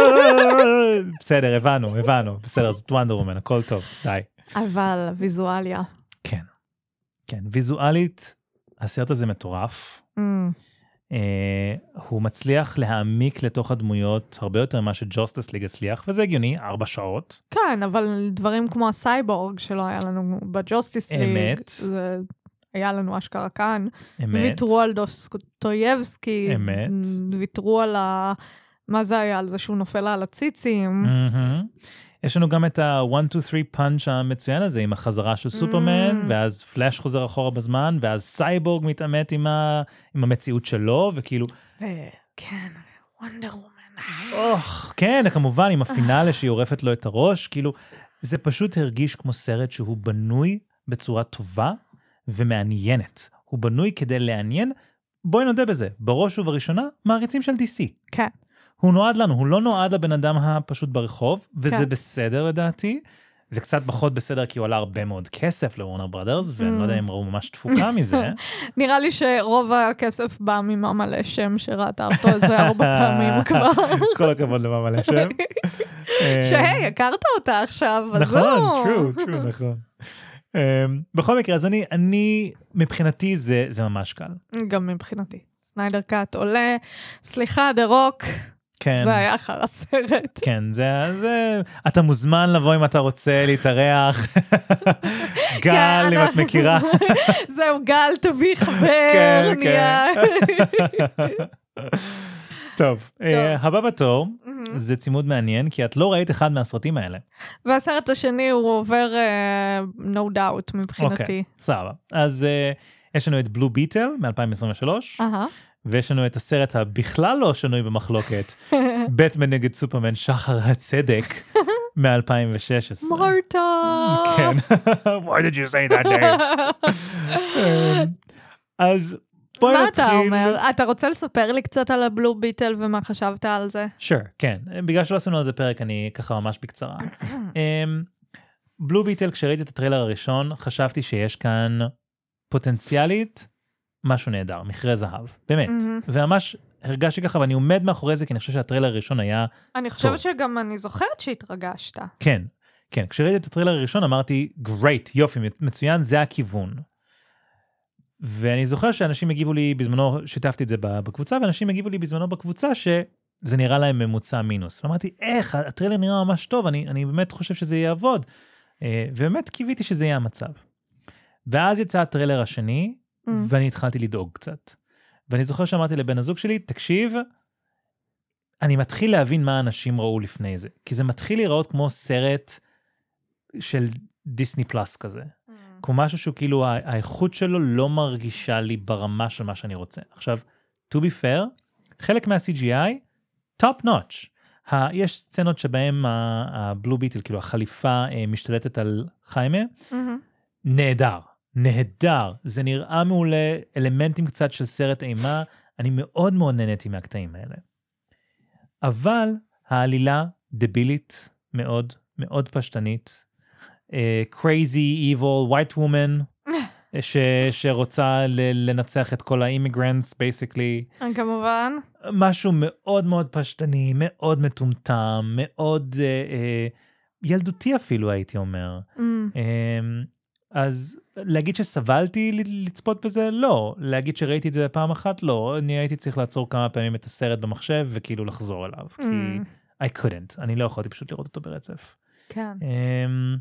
אה! בסדר, הבנו, הבנו, בסדר, זאת וונדר וומן, הכל טוב, די. אבל ויזואליה. כן, כן, ויזואלית, הסרט הזה מטורף. אמ, אה, הוא מצליח להעמיק לתוך הדמויות הרבה יותר ממה שג'וסטס ליג הצליח, וזה הגיוני, ארבע שעות. כן, אבל דברים כמו הסייבורג שלא היה לנו בג'וסטיס ליג. אמת. זה היה לנו אשכרה כאן. אמת. ויתרו על דוסטויבסקי. אמת. ויתרו על ה... מה זה היה? על זה שהוא נופל על הציצים. מהמם. Mm-hmm. יש לנו גם את ה-1, 2, 3 פאנץ' המצוין הזה עם החזרה של סופרמן, Mm. ואז פלאש חוזר אחורה בזמן, ואז סייבורג מתעמת עם, ה... עם המציאות שלו, וכאילו, ו- כן, וונדר וומן. אוח, כן, כמובן, עם הפינאלה שהיא עורפת לו את הראש, כאילו, זה פשוט הרגיש כמו סרט שהוא בנוי בצורה טובה ומעניינת. הוא בנוי כדי לעניין, בואי נודה בזה, בראש ובראשונה, מעריצים של DC. כן. הוא נועד לנו, הוא לא נועד לבן אדם הפשוט ברחוב, וזה כן. בסדר לדעתי, זה קצת פחות בסדר כי הוא עלה הרבה מאוד כסף לוורנר בראדרס, ואני Mm. לא יודע אם ראו ממש תפוקה מזה. נראה לי שרוב הכסף בא ממאמה לשם שראתה אותו איזה ארבע פעמים כבר. כל הכבוד למאמה לשם. אה, שהי, הכרת אותה עכשיו, אז כן. נכון, לא. true, true, נכון. אמ, בכל מקרה, אז אני, אני, מבחינתי זה, זה ממש קל. גם מבחינתי. סניידר קאט עולה, סליחה, דה רוק, כן. זה היה אחר הסרט. כן, זה, זה... אתה מוזמן לבוא אם אתה רוצה להתארח. גל, כן, אם את אנחנו- מכירה. זהו, גל, תביא כן, חבר, כן. נהיה. טוב, אה, הבא בתור מהמם. זה צימוד מעניין, כי את לא ראית אחד מהסרטים האלה. והסרט השני הוא עובר אה, no doubt מבחינתי. אוקיי, סבבה. אז אה, יש לנו את בלו ביטל מ-2023, אהה. ויש לנו את הסרט הבכלל לא שנוי במחלוקת, בטמן נגד סופרמן, שחר הצדק, מ-2016. מורטה. כן. Why did you say that name? אה, אז בואי מה נתחיל. אתה אומר? אתה רוצה לספר לי קצת על הבלו ביטל ומה חשבת על זה? sure, כן. בגלל שלא עשינו על זה פרק, אני ככה ממש בקצרה. אמ, בלו ביטל, כשראיתי את הטריילר הראשון, חשבתי שיש כאן פוטנציאלית משהו נהדר, מכרה זהב, באמת. מהמם. וממש הרגשתי ככה, ואני עומד מאחורי זה, כי אני חושב שהטריילר הראשון היה, אני טוב. חושבת שגם אני זוכרת שהתרגשת. כן, כן. כשראיתי את הטריילר הראשון אמרתי, גרייט, יופי, מצוין, זה הכיוון. ואני זוכר שאנשים הגיבו לי בזמנו, שיתפתי את זה ב- בקבוצה, ואנשים הגיבו לי בזמנו בקבוצה ש... זה נראה להם ממוצע מינוס. ואמרתי, איך, הטריילר נראה ממש טוב, אני, אני באמת חושב שזה יעבוד. אה, ובאמת קיוויתי שזה יהיה המצב. ואז יצא הטריילר השני, Mm. ואני התחלתי לדאוג קצת. ואני זוכר שאמרתי לבן הזוג שלי, תקשיב, אני מתחיל להבין מה אנשים ראו לפני זה. כי זה מתחיל להיראות כמו סרט של דיסני פלאס כזה. Mm. כמו משהו שהוא כאילו, ה- האיכות שלו לא מרגישה לי ברמה של מה שאני רוצה. עכשיו, to be fair, חלק מה-CGI, top notch. ה- יש סצנות שבהן ה- הבלו ביטל, כאילו החליפה אה, משתלטת על חיימה, מהמם. נהדר, נהדר. זה נראה מעולה, אלמנטים קצת של סרט אימה, אני מאוד מאוד נהניתי מהקטעים האלה. אבל העלילה דבילית מאוד, מאוד פשטנית. אה, crazy evil white woman ש, שרוצה ל- לנצח את כל האימיגרנטס בייסיקלי. כמובן. משהו מאוד מאוד פשטני, מאוד מטומטם, מאוד אה, אה, ילדותי אפילו הייתי אומר. מהמם. אמ, אז להגיד שסבלתי ל- לצפות בזה? לא. להגיד שראיתי את זה פעם אחת? לא. אני הייתי צריך לעצור כמה פעמים את הסרט במחשב וכאילו לחזור אליו. כי Mm. I couldn't, אני לא יכולתי פשוט לראות אותו ברצף. כן. אמ,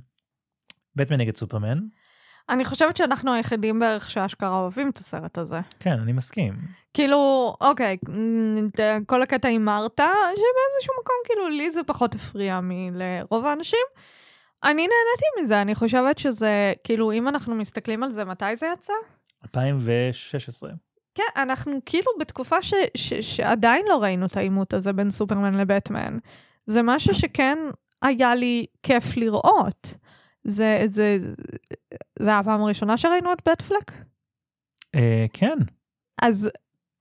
בטמן נגד סופרמן? אני חושבת שאנחנו היחידים בערך שאשכרה אוהבים את הסרט הזה. כן, אני מסכים. כאילו, אוקיי, מ, ת- כל הקטע עם מרתה, שבאיזשהו מקום, כאילו, לי זה פחות הפריע מלרוב האנשים. אני נהניתי מזה, אני חושבת שזה, כאילו, אם אנחנו מסתכלים על זה, מתי זה יצא? 2016. כן, אנחנו כאילו בתקופה ש, ש, שעדיין לא ראינו את העימות הזה בין סופרמן לבטמן. זה משהו שכן היה לי כיף לראות. זה, זה, זה, זה הפעם הראשונה שראינו את בטפלק? אה, כן, אז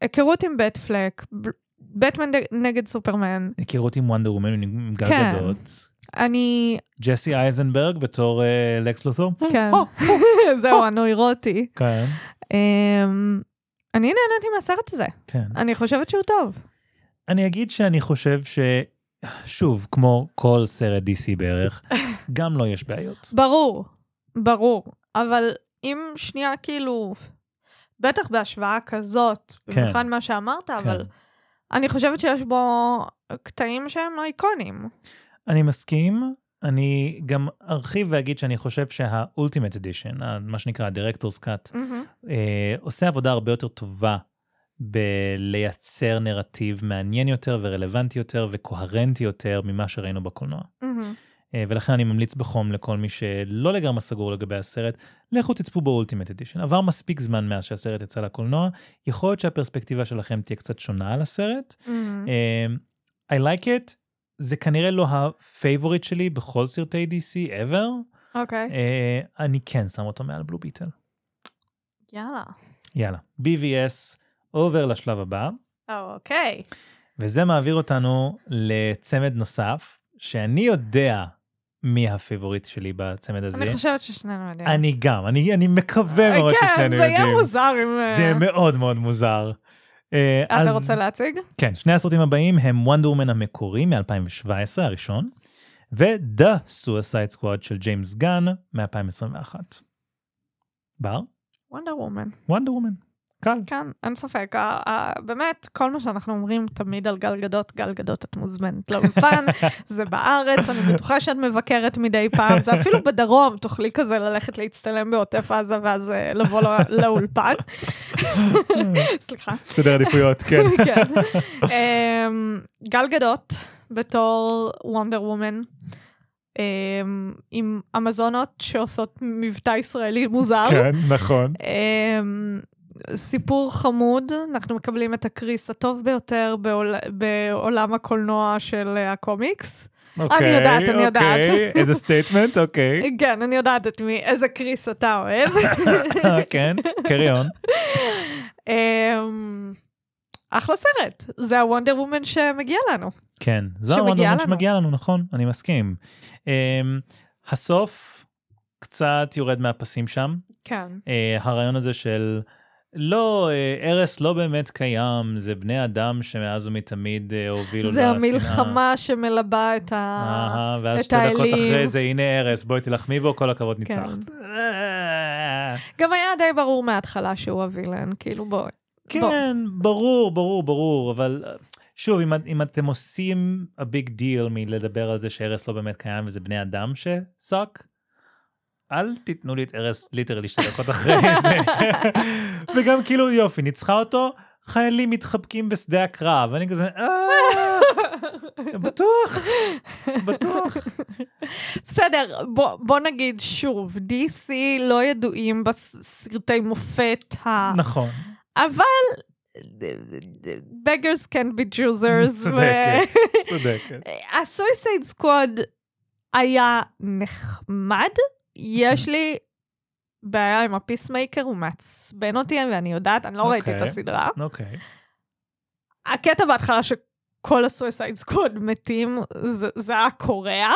היכרות עם בטפלק, ב- בטמן נג- נגד סופרמן, היכרות עם וונדר אומן, עם גל כן. גדות. אני... ג'סי אייזנברג בתור אה, לקס לותור. כן. זהו, הנוירוטי. כן. אמ, אני נהניתי מהסרט הזה. כן. אני חושבת שהוא טוב. אני אגיד שאני חושב ש... שוב, כמו כל סרט DC בערך, גם לו יש בעיות. ברור, ברור. אבל אם שנייה, כאילו, בטח בהשוואה כזאת, כן. במיוחד מה שאמרת, אבל כן. אני חושבת שיש בו קטעים שהם לא אייקונים. אני מסכים, אני גם ארחיב ואגיד שאני חושב שה-Ultimate Edition, ה- מה שנקרא ה-Director's Cut, מהמם. אה, עושה עבודה הרבה יותר טובה בלייצר נרטיב מעניין יותר ורלוונטי יותר וקוהרנטי יותר ממה שראינו בקולנוע. מהמם. אה, ולכן אני ממליץ בחום לכל מי שלא לגמרי סגור לגבי הסרט, לכו תצפו באולטימט אדישן. עבר מספיק זמן מאז שהסרט יצא לקולנוע, יכול להיות שהפרספקטיבה שלכם תהיה קצת שונה על הסרט. מהמם. אה, I like it, זה כנראה לא הפייבוריט שלי בכל סרטי DC ever, אוקיי, אה, אני כן שם אותו מעל בלו ביטל. יאללה. יאללה, BVS עובר לשלב הבא, אוקיי. וזה מעביר אותנו לצמד נוסף, שאני יודע מי הפיבוריט שלי בצמד הזה. אני חושבת ששנינו יודעים. אני גם, אני, אני מקווה מאוד כן, ששנינו זה יהיה יודעים. מוזר אם... זה אה, מאוד מאוד מוזר. אה, אתה אז- רוצה להציג? כן, שני הסרטים הבאים הם וונדר וומן המקורי מ-2017, הראשון, ו-The Suicide Squad של ג'יימס גן מ-2021. בר? וונדר וומן. וונדר וומן. קל. כן, אין ספק. ה- ה- באמת, כל מה שאנחנו אומרים תמיד על גל גדות, גל גדות את מוזמנת לאולפן, זה בארץ, אני בטוחה שאת מבקרת מדי פעם, זה אפילו בדרום, תוכלי כזה ללכת להצטלם בעוטף עזה ואז אה, לבוא לא- לאולפן. סליחה. סדר עדיפויות, כן. כן. אמ, גל גדות, בתור וונדר וומן, אמ, עם אמזונות שעושות מבטא ישראלי מוזר. כן, נכון. אמ, סיפור חמוד, אנחנו מקבלים את הקריס הטוב ביותר בעול... בעולם הקולנוע של אה, הקומיקס. אוקיי, יודעת, אני יודעת. אוקיי, איזה סטייטמנט, אוקיי. כן, אני יודעת את מי, איזה קריס אתה אוהב. כן, קרי און. אמ, אחלה סרט, זה הוונדר וומן שמגיע לנו. כן, זו שמגיע הוונדר וומן לנו. שמגיע לנו, נכון, אני מסכים. אמ, הסוף קצת יורד מהפסים שם. כן. אה, הרעיון הזה של לא, אה, ארס לא באמת קיים, זה בני אדם שמאז ומתמיד אה, הובילו זה לשנאה. המלחמה שמלבה את ה... אהה, ואז את שתי דקות האלים. אחרי זה, הנה ארס, בואי תילחמי בו, כל הכבוד כן. ניצחת. אה, גם היה די ברור מההתחלה שהוא הווילן, כאילו בואי. בוא. כן, ברור, ברור, ברור, אבל אה, שוב, אם, את- אם אתם עושים a big deal מלדבר על זה שהרס לא באמת קיים וזה בני אדם שסאק, אל תיתנו לי את הרס ליטרלי שתי דקות אחרי זה. וגם כאילו, יופי, ניצחה אותו, חיילים מתחבקים בשדה הקרב, אני כזה, "אה, בטוח, בטוח. בסדר, בוא, בוא נגיד שוב, DC לא ידועים בסרטי מופת ה... נכון, אבל beggars can be choosers. צודקת, צודקת. הסויסייד סקווד היה נחמד, יש לי בעיה עם הפיסמייקר, הוא מעצבן אותי, ואני יודעת, אני לא ראיתי את אוקיי. הסדרה. אוקיי. הקטע בהתחלה שכל הסויסייד סקווד מתים, זה, זה היה קורע,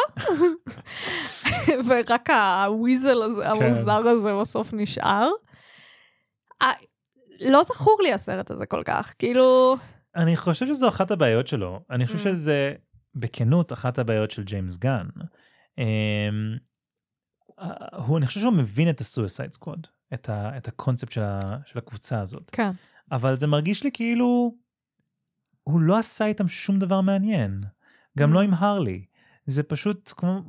ורק הוויזל כן. הזה, המוזר הזה בסוף נשאר. ה- לא זכור לי הסרט הזה כל כך, כאילו... אני חושב שזו אחת הבעיות שלו. אני חושב Mm. שזה, בכנות, אחת הבעיות של ג'יימס גן. אמ, ה- הוא, אני חושב שהוא מבין את ה-suicide squad, את, ה, את הקונספט של, ה, של הקבוצה הזאת. כן. אבל זה מרגיש לי כאילו, הוא לא עשה איתם שום דבר מעניין. גם Mm. לא עם הרלי. זה פשוט כמו...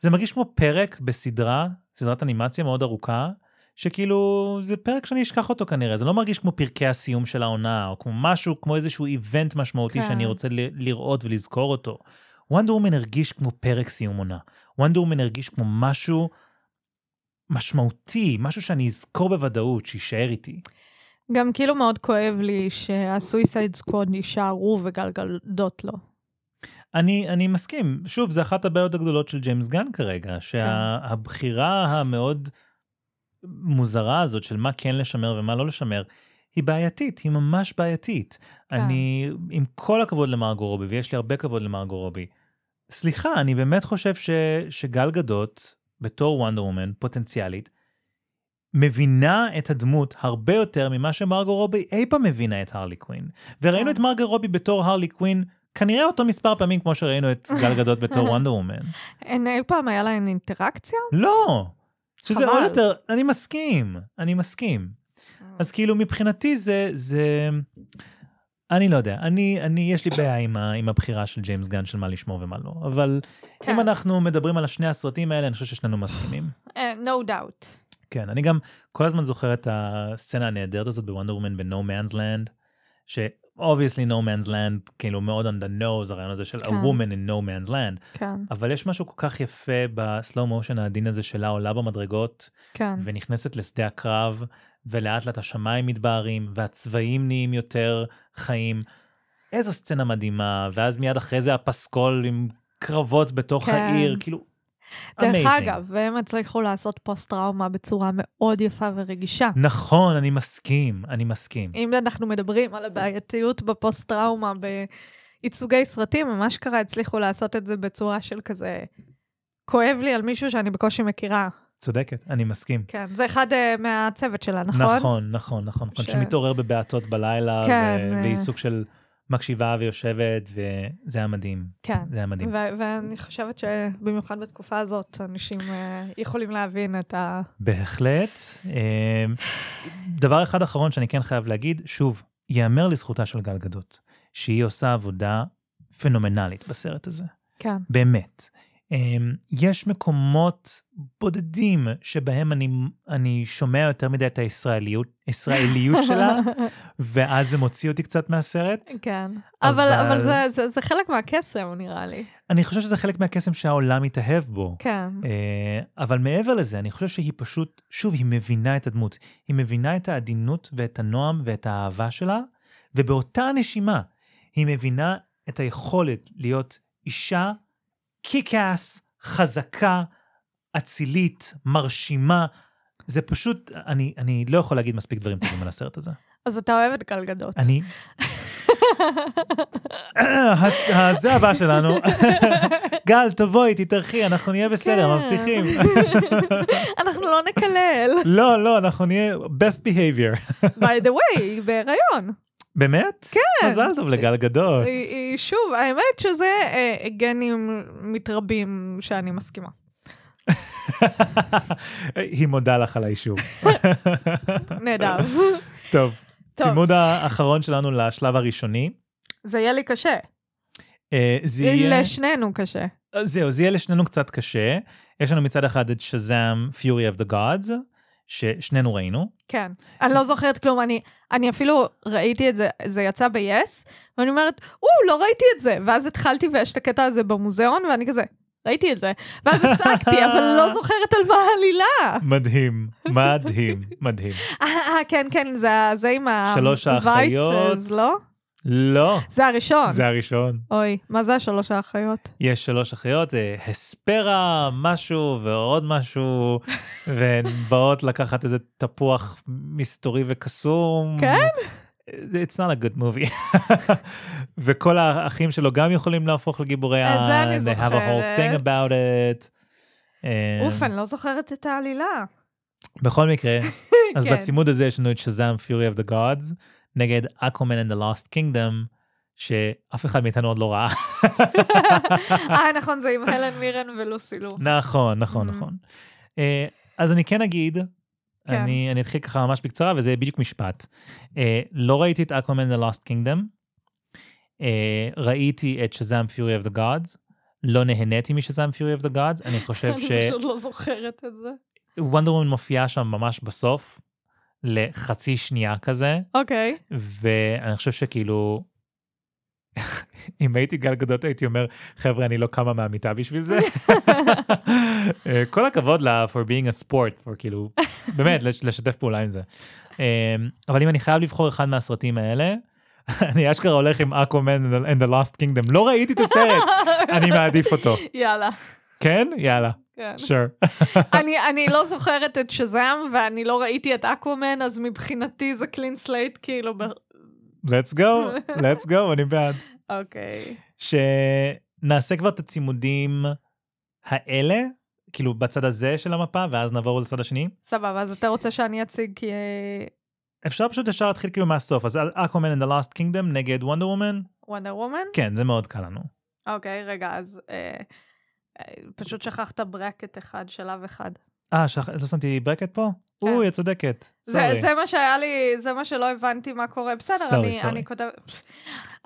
זה מרגיש כמו פרק בסדרה, סדרת אנימציה מאוד ארוכה, שכאילו, זה פרק שאני אשכח אותו כנראה, זה לא מרגיש כמו פרקי הסיום של העונה, או כמו משהו, כמו איזשהו איבנט משמעותי כן. כן. שאני רוצה ל- לראות ולזכור אותו. וונדר וומן הרגיש כמו פרק סיום עונה. וונדר וומן הרגיש כמו משהו משמעותי, משהו שאני אזכור בוודאות, שיישאר איתי. גם כאילו מאוד כואב לי שהסויסייד סקווד נשארו וגלגלדות לא. אני, אני מסכים. שוב, זו אחת הבעיות הגדולות של ג'יימס גן כרגע, שהבחירה המאוד מוזרה הזאת של מה כן לשמר ומה לא לשמר, היא בעייתית, היא ממש בעייתית. כן. אני, עם כל הכבוד למרגו רובי, ויש לי הרבה כבוד למרגו רובי, סליחה, אני באמת חושב ש, שגל גדות, בתור וונדר וומן, פוטנציאלית, מבינה את הדמות הרבה יותר ממה שמרגו רובי אי פעם הבינה את הרלי קווין. וראינו את מרגו רובי בתור הרלי קווין כנראה אותו מספר פעמים כמו שראינו את גל גדות בתור וונדר וומן. אין אי פעם היה להן אינטראקציה? לא! שזה חבל. אה. עוד יותר, אני מסכים, אני מסכים. אז כאילו מבחינתי זה, זה... אני לא יודע, אני, אני, יש לי בעיה עם, ה, עם הבחירה של ג'יימס גן של מה לשמור ומה לא, אבל כן. אם אנחנו מדברים על שני הסרטים האלה, אני חושב ששנינו מסכימים. אה, no doubt. כן, אני גם כל הזמן זוכר את הסצנה הנהדרת הזאת בוונדר וומן ב-No Man's Land, ש-obviously No Man's Land, כאילו מאוד on the nose, הרעיון הזה של a כן. woman in No Man's Land, כן, אבל יש משהו כל כך יפה בסלואו מושן העדין הזה שלה עולה במדרגות כן. ונכנסת לשדה הקרב, ולאט לאט השמיים מתבהרים, והצבעים נהיים יותר חיים. איזו סצנה מדהימה, ואז מיד אחרי זה הפסקול עם קרבות בתוך כן. העיר, כאילו, דרך amazing. אגב, הם הצליחו לעשות פוסט-טראומה בצורה מאוד יפה ורגישה. נכון, אני מסכים, אני מסכים. אם אנחנו מדברים על הבעייתיות בפוסט-טראומה בייצוגי סרטים, ממש ככה הצליחו לעשות את זה בצורה של כזה כואב לי על מישהו שאני בקושי מכירה. צודקת, אני מסכים. כן, זה אחד אה, מהצוות שלה, נכון? נכון, נכון, נכון. נכון, ש- שמתעורר בבעתות בלילה, כן, ו- אה. והיא סוג של מקשיבה ויושבת, וזה היה מדהים. כן. זה היה מדהים. ו- ואני חושבת שבמיוחד בתקופה הזאת, אנשים אה, יכולים להבין את ה... בהחלט. אמ, דבר אחד אחרון שאני כן חייב להגיד, שוב, ייאמר לזכותה של גל גדות, שהיא עושה עבודה פנומנלית בסרט הזה. כן. באמת. אמ, יש מקומות בודדים שבהם אני, אני שומע יותר מדי את הישראליות, ישראליות שלה, ואז זה מוציא אותי קצת מהסרט. כן. אבל- אבל, אבל זה, זה, זה חלק מהקסם, נראה לי. אני חושב שזה חלק מהקסם שהעולם התאהב בו. כן. אה, אבל מעבר לזה, אני חושב שהיא פשוט, שוב, היא מבינה את הדמות. היא מבינה את העדינות ואת הנועם ואת האהבה שלה, ובאותה הנשימה, היא מבינה את היכולת להיות אישה קיק-אס, חזקה, אצילית, מרשימה. זה פשוט, אני, אני לא יכול להגיד מספיק דברים טובים על הסרט הזה. אז אתה אוהב את גלגדות. אני... ה- אה, זה הבא שלנו. גל, תבואי, תתארחי, אנחנו נהיה בסדר, כן. מבטיחים. אנחנו לא נקלל. לא, לא, אנחנו נהיה best behavior. by the way, היא בהיריון. באמת? כן. אה, מזל טוב לגל גדות. היא- היא- שוב, האמת שזה אה, גנים מתרבים שאני מסכימה. היא מודה לך על האישור. אה, נהדר. טוב, טוב. צימוד האחרון שלנו לשלב הראשוני. זה יהיה לי קשה. אה, זה יהיה... אה, לשנינו קשה. זהו, זה יהיה לשנינו קצת קשה. יש לנו מצד אחד את שזאם, Fury of the Gods, ששנינו ראינו. כן. אני לא זוכרת כלום, אני, אני אפילו ראיתי את זה, זה יצא ב-yes, ואני אומרת, או, לא ראיתי את זה. ואז התחלתי ויש את הקטע הזה במוזיאון, ואני כזה, ראיתי את זה. ואז הפסקתי, אבל לא זוכרת על מה העלילה. מדהים, מדהים, מדהים. אה, אה, כן, כן, זה, ה- זה עם ה... שלוש האחיות. Vices, לא? לא, זה הראשון. זה הראשון. אוי, מה זה השלוש האחיות? יש שלוש אחיות, אה, הספרה, משהו ועוד משהו, והן באות לקחת איזה תפוח מסתורי וקסום. כן? It's not a good movie. וכל האחים שלו גם יכולים להפוך לגיבורי על. את זה אני They have a whole thing זוכרת. about it. אה, אוף, אני לא זוכרת את העלילה. בכל מקרה, אז כן. בצימוד הזה יש לנו את שזאם Fury of the Gods נגד Aquaman and the Lost Kingdom, שאף אחד מאיתנו עוד לא ראה. אה, נכון, זה עם הלן מירן ולוסי לו. נכון, נכון, Mm. נכון. אה, אז אני כן אגיד, כן. אני אני אתחיל ככה ממש בקצרה, וזה יהיה בדיוק משפט. אה, לא ראיתי את Aquaman and the Lost Kingdom, אה, ראיתי את שזאם Fury of the Gods, לא נהניתי משזאם Fury of the Gods, אני חושב ש... אני פשוט לא זוכרת את זה. וונדר וומן מופיעה שם ממש בסוף, לחצי שנייה כזה, אוקיי. ואני חושב שכאילו, אם הייתי גל גדות הייתי אומר, חבר'ה, אני לא קמה מהמיטה בשביל זה. אה, כל הכבוד לה for being a sport, for כאילו, באמת, לש- לשתף פעולה עם זה. אה, אבל אם אני חייב לבחור אחד מהסרטים האלה, אני אשכרה הולך עם Aquaman and the Lost Kingdom. לא ראיתי את הסרט, אני מעדיף אותו. יאללה. כן? יאללה, כן. sure. אני, אני לא זוכרת את שזאם, ואני לא ראיתי את אקוומן, אז מבחינתי זה קלין סלייט, כאילו, ב... let's go, let's go, אני בעד. אוקיי. שנעשה כבר את הצימודים האלה, כאילו בצד הזה של המפה, ואז נעבור לצד השני. סבבה, אז אתה רוצה שאני אציג כי... אה, אפשר פשוט ישר להתחיל כאילו מהסוף, אז Aquaman and the Lost Kingdom נגד וונדר וומן? וונדר וומן? כן, זה מאוד קל לנו. אוקיי, רגע, אז אה, אה, פשוט שכחת ברקט אחד, שלב אחד. אה, שכ... לא שמתי ברקט פה? כן. אוי, את צודקת. זה, סורי. זה מה שהיה לי, זה מה שלא הבנתי מה קורה. בסדר, Sorry, אני, sorry. אני כותבת...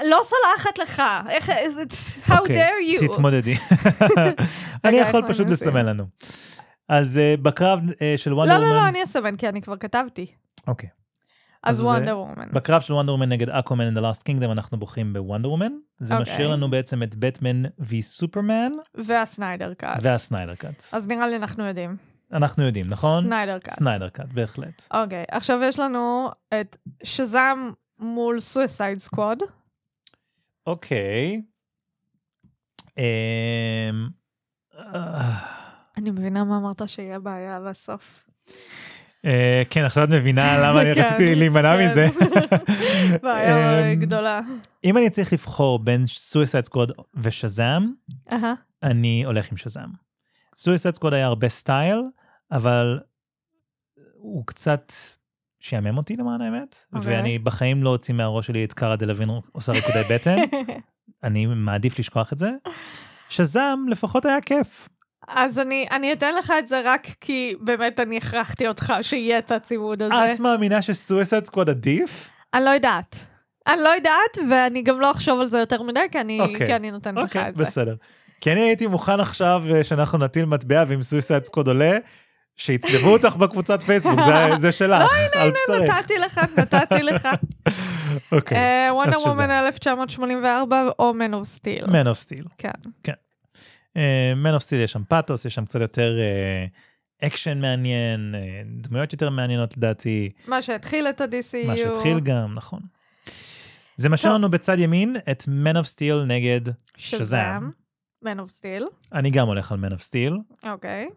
לא סולחת לך! איך... it's- How אוקיי, dare you! תתמודדי. אני רגע, יכול איפה פשוט אני אשים? לסמן לנו. אז אה, בקרב אה, של לא, וונדר לא, וומן... לא, אני אסמן, כי אני כבר כתבתי. אוקיי. אז אז זה- וונדר וומן. בקרב של וונדר וומן נגד Aquaman and the Lost Kingdom אנחנו בוחרים בוונדר וומן. זה אוקיי. משאיר לנו בעצם את בטמן וסופרמן והסניידר קאט. והסניידר קאט. אז נראה לי אנחנו יודעים. אנחנו יודעים, נכון? סניידר קאט. סניידר קאט, בהחלט. אוקיי, עכשיו יש לנו את שזאם מול סויסייד סקווד. אוקיי. אמ, אה, אני מבינה מה אמרת שיהיה בעיה בסוף. אה, כן, עכשיו את מבינה למה אני כן, רציתי להימנע כן. מזה. בעיה אה, אמ, גדולה. אם אני צריך לבחור בין סויסייד סקווד ושזאם, אהה, אני הולך עם שזאם. סויסד סקוד היה הרבה סטייל, אבל הוא קצת שעמם אותי למען האמת, okay. אוקיי. ואני בחיים לא הוציא מהראש שלי את קארה דלווין עושה ריקודי בטן, אני מעדיף לשכוח את זה. שזם לפחות היה כיף. אז אני, אני אתן לך את זה רק כי באמת אני הכרחתי אותך שיהיה את הצימוד הזה. אה, את מאמינה שסויסד סקוד עדיף? אני לא יודעת. אני לא יודעת, ואני גם לא אחשוב על זה יותר מדי, כי אני, אוקיי. כי אני נותנת לך אוקיי, את זה. בסדר. כי אני הייתי מוכן עכשיו אה, שאנחנו נטיל מטבע ואם סויסד סקוד עולה, שיצלבו אותך בקבוצת פייסבוק, זה- זה לא, שלך, על בשרך. נתתי לך, נתתי לך. אוקיי, אה, אז Wonder שזה. Woman 1984 או Man of Steel. Man of Steel. כן. אה, Man of Steel יש שם פאתוס, יש שם קצת יותר אה, אקשן מעניין, אה, דמויות יותר מעניינות לדעתי, מה שהתחיל את ה-DCU. מה שהתחיל גם, נכון. זה משאיר טוב. לנו בצד ימין את Man of Steel נגד, שזאם. Man of Steel, אני גם הולך על Man of Steel. אוקיי.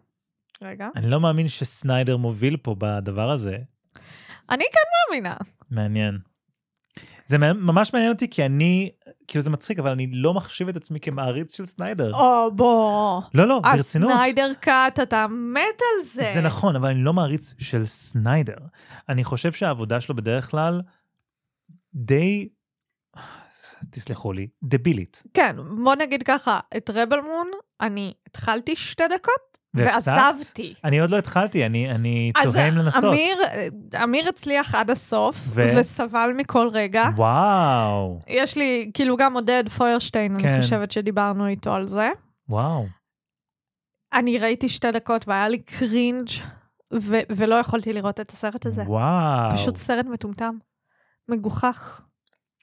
רגע. אני לא מאמין שסניידר מוביל פה בדבר הזה, אני כן מאמינה. מעניין. זה מע- ממש מעניין אותי כי אני, כאילו זה מצחיק, אבל אני לא מחשיב את עצמי כמעריץ של סניידר. או אה, בוא. לא, לא, ברצינות. הסניידר קאט, אתה מת על זה. זה נכון, אבל אני לא מעריץ של סניידר. אני חושב שהעבודה שלו בדרך כלל די, תסלחו לי, דבילית. כן, בוא נגיד ככה, את רבל מון, אני התחלתי שתי דקות, והפסקת? ועזבתי. אני עוד לא התחלתי, אני, אני אז תוהה אם לנסות. אמיר, אמיר הצליח עד הסוף, ו- ו... וסבל מכל רגע. וואו, יש לי, כאילו גם עודד פוירשטיין, כן. אני חושבת שדיברנו איתו על זה. וואו. אני ראיתי שתי דקות והיה לי קרינג' ו- ולא יכולתי לראות את הסרט הזה. וואו. פשוט סרט מטומטם, מגוחך.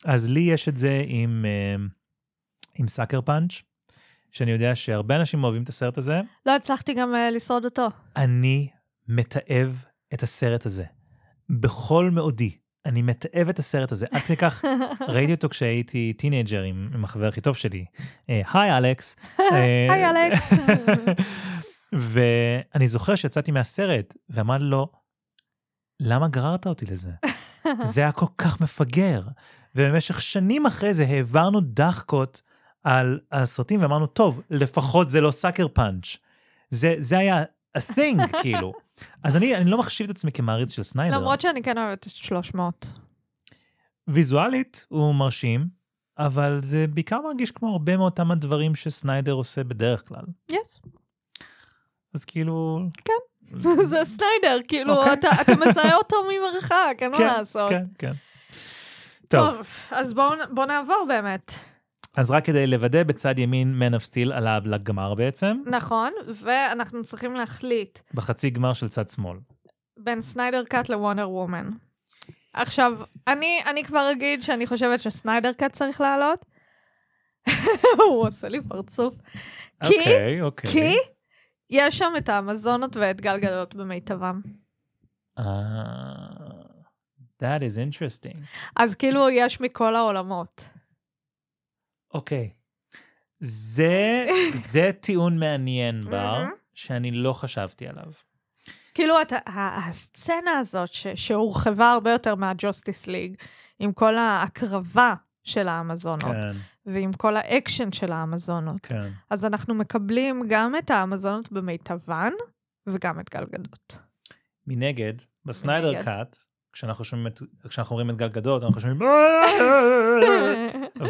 אז לי יש את זה עם, אה, עם סאקר פאנץ', שאני יודע שהרבה אנשים אוהבים את הסרט הזה. לא הצלחתי גם אה, לשרוד אותו. אני מתעב את הסרט הזה. בכל מאודי, אני מתעב את הסרט הזה. עד כדי כך, ראיתי אותו כשהייתי טינג'ר עם, עם החבר הכי טוב שלי. אה, היי, אלכס. אה, היי אלכס. ואני זוכר שיצאתי מהסרט, ואמר לו, למה גררת אותי לזה? זה היה כל כך מפגר. ובמשך שנים אחרי זה העברנו דחקות על הסרטים, ואמרנו, טוב, לפחות זה לא סאקר פאנץ'. זה, זה היה a thing, כאילו. אז אני, אני לא מחשיב את עצמי כמעריץ של סניידר. למרות שאני כן אוהבת את 300. ויזואלית הוא מרשים, אבל זה בעיקר מרגיש כמו הרבה מאותם הדברים שסניידר עושה בדרך כלל. יס. אז כאילו... זה סניידר, כאילו, אוקיי. אתה אתה מזהה אותו ממרחק, אין מה לעשות. כן, כן. טוב, אוקיי. טוב, אז בואו- בואו נעבור באמת. אז רק כדי לוודא, בצד ימין Man of Steel עלה לגמר בעצם, נכון, ואנחנו צריכים להחליט בחצי גמר של צד שמאל. בין סניידר קאט לוונדר וומן. עכשיו, אני, אני כבר אגיד שאני חושבת שסניידר קאט צריך לעלות. הוא עושה לי פרצוף. כי, אוקיי, אוקיי. כי יש שם את האמזונות ואת גלגלות במיטבם. אה, That is interesting. אז כאילו יש מכל העולמות. אוקיי. זה, זה טיעון מעניין בר, מהמם. שאני לא חשבתי עליו. כאילו אתה, ה- הסצנה הזאת ש, שהורחבה הרבה יותר מהג'וסטיס ליג, עם כל ההקרבה של האמזונות, כן. ועם כל האקשן של האמזונות, כן. אז אנחנו מקבלים גם את האמזונות במיטבן, וגם את גלגדות. מנגד, בסניידר מנגד. קאט, כשאנחנו שומעים את- כשאנחנו רואים את גל גדות, אנחנו שומעים...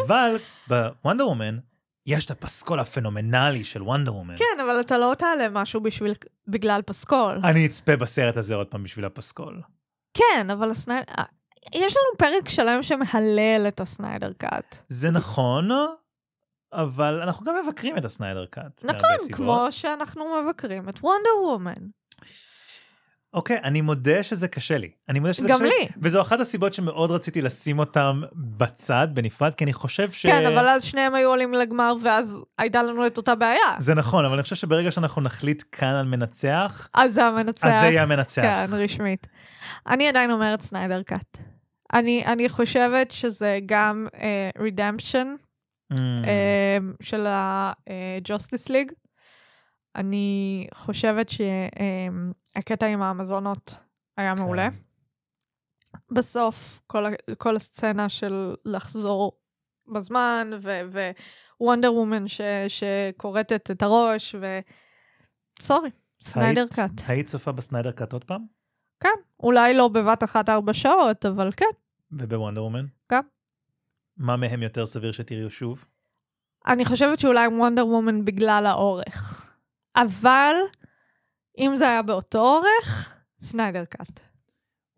אבל בוונדר וומן, יש את הפסקול הפנומנלי של וונדר וומן. כן, אבל אתה לא תעלה משהו בשביל, בגלל פסקול. אני אצפה בסרט הזה עוד פעם בשביל הפסקול. כן, אבל הסניידר... אה, יש לנו פרק שלם שמהלל את הסניידר קאט. זה נכון, אבל אנחנו גם מבקרים את הסניידר קאט. מהרבה נכון, סיבות. כמו שאנחנו מבקרים את וונדר וומן. אוקיי, אני מודה שזה קשה לי. אני מודה שזה גם קשה לי. לי. וזו אחת הסיבות שמאוד רציתי לשים אותם בצד, בנפרד, כי אני חושב ש... כן, אבל אז שניהם היו עולים לגמר, ואז הייתה לנו את אותה בעיה. זה נכון, אבל אני חושב שברגע שאנחנו נחליט כאן על מנצח, אז זה המנצח. אז זה יהיה המנצח. כן, רשמית. אני עדיין אומרת סניידר קאט. אני, אני חושבת שזה גם רידמפשן uh, Mm, mm. uh, של ה-Justice uh, League. אני חושבת שהקטע עם האמזונות היה כן. אה, מעולה. בסוף, כל, ה- כל הסצנה של לחזור בזמן, ווונדר וומן שקורטת את הראש, ו... סורי, סניידר היית- קאט. היית צופה בסניידר קאט עוד פעם? כן, אולי לא בבת אחת ארבע שעות, אבל כן. ובוונדר וומן? גם. מה מהם יותר סביר שתראו שוב? אני חושבת שאולי וונדר וומן בגלל האורך. אבל אם זה היה באותו אורך, סניידר קאט.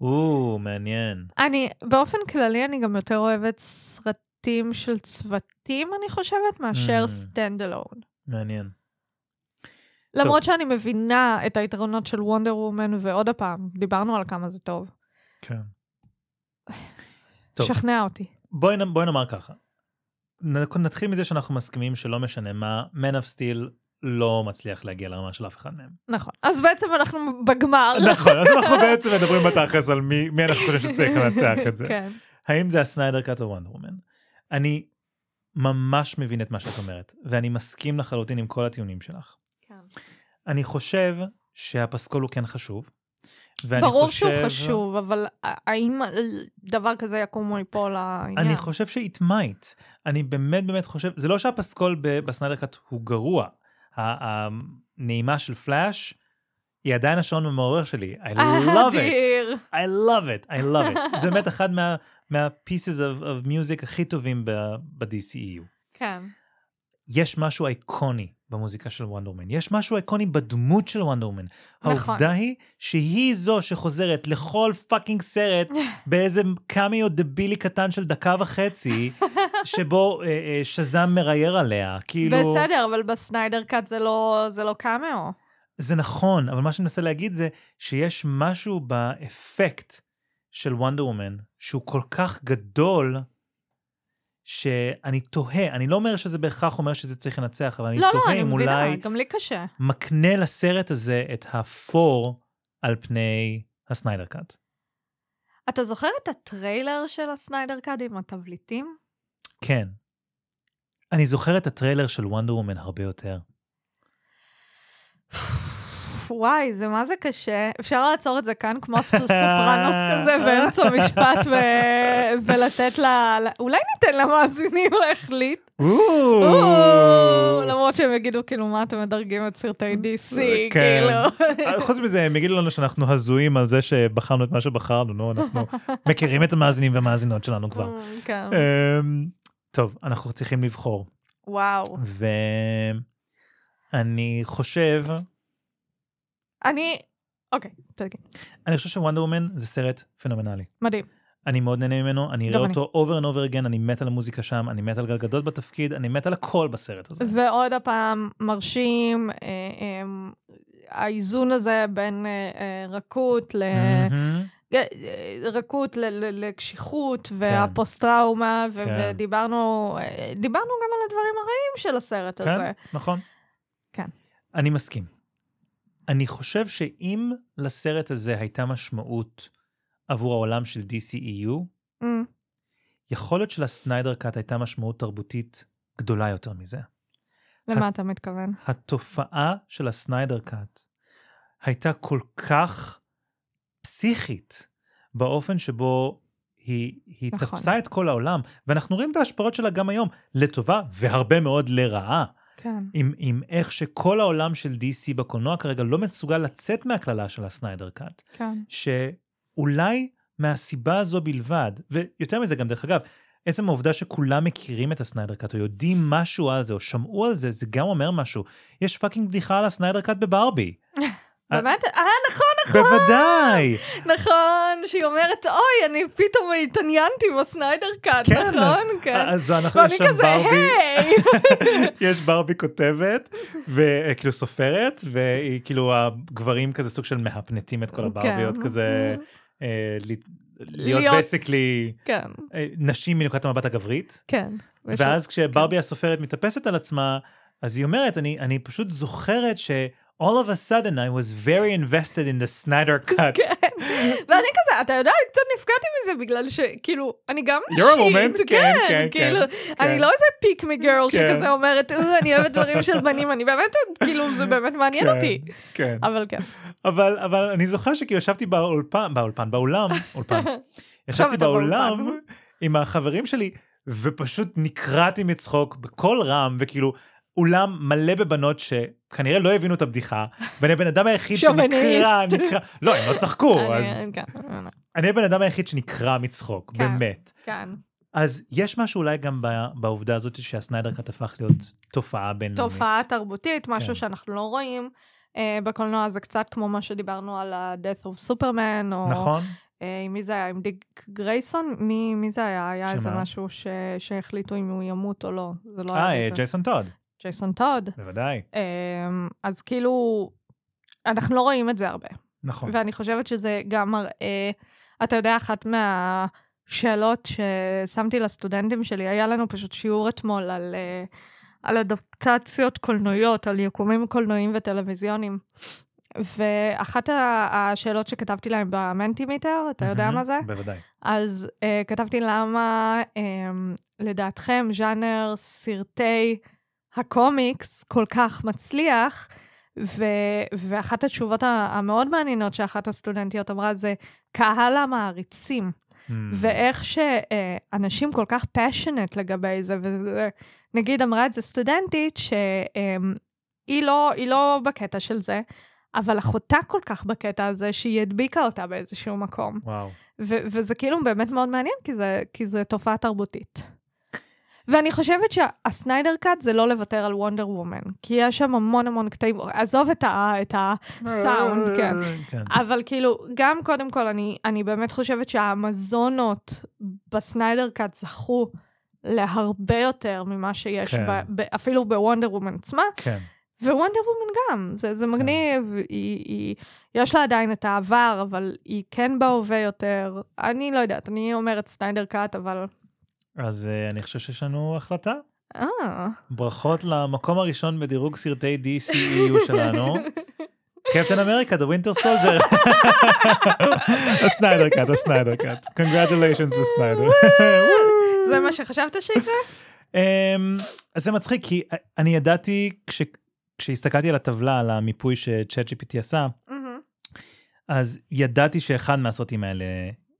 או, מעניין. אני, באופן כללי, אני גם יותר אוהבת סרטים של צוותים, אני חושבת, מאשר Mm. סטנד אלון. מעניין. למרות שאני מבינה את היתרונות של וונדר וומן, ועוד הפעם, דיברנו על כמה זה טוב. כן. טוב. שכנע אותי. בואי, נ- בואי נאמר ככה. נ- נתחיל מזה שאנחנו מסכימים שלא משנה מה, Man of Steel לא מצליח להגיע לרמה של אף אחד מהם. נכון. אז בעצם אנחנו בגמר. נכון, אז אנחנו בעצם מדברים בתכלס על מי, מי אנחנו חושבים שצריך לנצח את זה. כן. האם זה הסניידר קאט או וונדר וומן? אני ממש מבין את מה שאת אומרת, ואני מסכים לחלוטין עם כל הטיעונים שלך. כן. אני חושב שהפסקול הוא כן חשוב. ואני ברור חושב, שהוא חשוב, אבל האם דבר כזה יקום או ייפול העניין? אני חושב ש-it might. אני באמת באמת חושב, זה לא שהפסקול ב- בסניידר קאט הוא גרוע. ה- הנעימה של פלאש היא עדיין השעון המעורר שלי. I love it. אה, אדיר. I love it, I love it. זה באמת אחד מה, מה-pieces of, of music הכי טובים ב- E ב-DCEU. כן. יש משהו אייקוני במוזיקה של וונדרמן, יש משהו אייקוני בדמות של וונדרמן. נכון. העובדה היא שהיא זו שחוזרת לכל פאקינג סרט באיזה קאמיו דבילי קטן של דקה וחצי, שבו אה, אה, שזם מראייר עליה. כאילו, בסדר, אבל בסניידר קאט זה לא- זה לא קאמאו. זה נכון, אבל מה שאני מנסה להגיד זה שיש משהו באפקט של וונדר וומן שהוא כל כך גדול, שאני תוהה, אני לא אומר שזה בהכרח אומר שזה צריך לנצח, אבל אני לא, לא, תוהה אני אם מבינה, אולי גם לי קשה. מקנה לסרט הזה את הפור על פני הסניידר קאט. אתה זוכר את הטריילר של הסניידר קאט עם התבליטים? כן. אני זוכר את הטריילר של וונדר וומן הרבה יותר. וואי, זה מה זה קשה. אפשר לעצור את זה כאן כמו סופרנוס כזה באמצע משפט ו- ולתת לה... אולי ניתן למאזינים להחליט. או, למרות שהם יגידו, כאילו, מה אתם מדרגים את סרטי DC, כן. כאילו. חוץ מזה, הם יגידו לנו שאנחנו הזויים על זה שבחרנו את מה שבחרנו, נו, אנחנו מכירים את המאזינים והמאזינות שלנו כבר. Mm, כן. אמ, טוב, אנחנו צריכים לבחור, וואו. ואני חושב, אני... אוקיי, תגיד. אני חושב שוונדר וומן זה סרט פנומנלי. מדהים. אני מאוד נהנה ממנו, אני אראה גם אני. אותו over and over again, אני מת על המוזיקה שם, אני מת על גלגדות בתפקיד, אני מת על הכל בסרט הזה. ועוד הפעם, מרשים, אה, אה, האיזון הזה בין אה, אה, רכות ל... מהמם. אה, אה, רכות ל- ל- לקשיחות והפוסט-טראומה, ו- כן. ודיברנו אה, דיברנו גם על הדברים הרעים של הסרט הזה. כן, נכון. כן. אני מסכים. אני חושב שאם לסרט הזה הייתה משמעות עבור העולם של DCEU, Mm, יכול להיות שלסניידר קאט הייתה משמעות תרבותית גדולה יותר מזה. למה אתה מתכוון? התופעה של הסניידר קאט הייתה כל כך פסיכית באופן שבו היא, היא נכון. נכון. תפסה את כל העולם, ואנחנו רואים את ההשפעות שלה גם היום, לטובה והרבה מאוד לרעה. כן. עם, עם איך שכל העולם של DC בקולנוע כרגע לא מסוגל לצאת מהקללה של הסניידר קאט, כן. שאולי מהסיבה הזו בלבד, ויותר מזה גם דרך אגב, עצם העובדה שכולם מכירים את הסניידר קאט, או יודעים משהו על זה, או שמעו על זה, זה גם אומר משהו. יש פאקינג בדיחה על הסניידר קאט בברבי. באמת? אה, נכון, בוודאי! נכון, שהיא אומרת, אוי, אני פתאום התעניינתי בסניידר קאט, כן. נכון? כן. אז אנחנו ואני יש שם כזה, ברבי, היי! יש ברבי כותבת, וכאילו סופרת, והיא כאילו הגברים כזה סוג של מהפנטים את כל הברביות כן. כזה. אה, ל- להיות להיות- בייסקלי כן, נשים מנקודת המבט הגברית. כן. ואז כשברבי הסופרת מתאפסת על עצמה, אז היא אומרת, אני, אני פשוט זוכרת ש... All of a sudden I was very invested in the Snyder cut. כן, ואני כזה, אתה יודע, אני קצת נפגעתי מזה בגלל שכאילו, אני גם You're a נשית. woman, כן, כן, כאילו, כן. אני לא איזה פיק מי גרל כן. שכזה אומרת, "אה, אני אוהבת דברים של בנים, אני באמת, כאילו, זה באמת מעניין אותי. כן. אבל כן. אבל, אבל אני זוכר שכאילו ישבתי באולפן, באולפן, באולם, אולפן. ישבתי אתה באולפן. באולם עם החברים שלי, ופשוט נקרעתי מצחוק בקול רם, וכאילו, אולם מלא בבנות שכנראה לא הבינו את הבדיחה, ואני הבן אדם היחיד שוביניסט. שנקרע, נקרע, לא, הם לא צחקו, אז אני- כן, אני הבן אדם היחיד שנקרע מצחוק, כן. באמת. כן. Mm-hmm. אז יש משהו אולי גם ב- בעובדה הזאת שהסניידר קאט הפך להיות תופעה בינלאומית. תופעה תרבותית, כן. משהו שאנחנו לא רואים. אה, בקולנוע זה קצת כמו מה שדיברנו על ה-death of Superman, או... נכון? אה, עם מי זה היה? עם דיק גרייסון? מי, מי זה היה? היה שמה? איזה משהו ש... שהחליטו אם הוא ימות או לא. זה לא אה, היה... אה, דיק- ג'ייסון טוד, ג'ייסון טוד. בוודאי. אמ, אז כאילו, אנחנו לא רואים את זה הרבה. נכון. ואני חושבת שזה גם מראה, אתה יודע, אחת מהשאלות ששמתי לסטודנטים שלי, היה לנו פשוט שיעור אתמול על, אה, על אדפטציות קולנועיות, על יקומים קולנועיים וטלוויזיונים. ואחת ה- השאלות שכתבתי להם במנטימטר, אתה יודע מהמם, מה זה? בוודאי. אז אה, כתבתי למה אה, לדעתכם ז'אנר סרטי הקומיקס כל כך מצליח, ו- ואחת התשובות ה- המאוד מעניינות שאחת הסטודנטיות אמרה זה קהל המעריצים, Mm, ואיך שאנשים כל כך passionate לגבי זה, וזה- נגיד אמרה את זה סטודנטית שהיא לא, היא לא בקטע של זה, אבל אחותה כל כך בקטע הזה שהיא הדביקה אותה באיזשהו מקום. וואו. ו- וזה כאילו באמת מאוד מעניין, כי זה, כי זה תופעה תרבותית. ואני חושבת שהסניידר קאט זה לא לוותר על וונדר וומן, כי יש שם המון המון קטעים, עזוב את, ה, את הסאונד, כן. כן. אבל כאילו, גם קודם כל, אני, אני באמת חושבת שהאמזונות בסניידר קאט זכו להרבה יותר ממה שיש, כן. כן. ב, ב, אפילו בוונדר וומן עצמה, כן. ווונדר וומן גם, זה, זה מגניב, היא, היא, יש לה עדיין את העבר, אבל היא כן בהווה יותר. אני לא יודעת, אני אומרת סטנדר קאט, אבל... אז אה, אני חושב שיש לנו החלטה. אה, ברכות למקום הראשון בדירוג סרטי DCEU שלנו. קפטן אמריקה, The Winter Soldier. הסניידר קאט, הסניידר קאט. Congratulations לסניידר. זה מה שחשבת שיקרה? אמ, אז זה מצחיק, כי אני ידעתי, כש- כשהסתכלתי על הטבלה, על המיפוי שצ'אט GPT עשה, מהמם. אז ידעתי שאחד מהסרטים האלה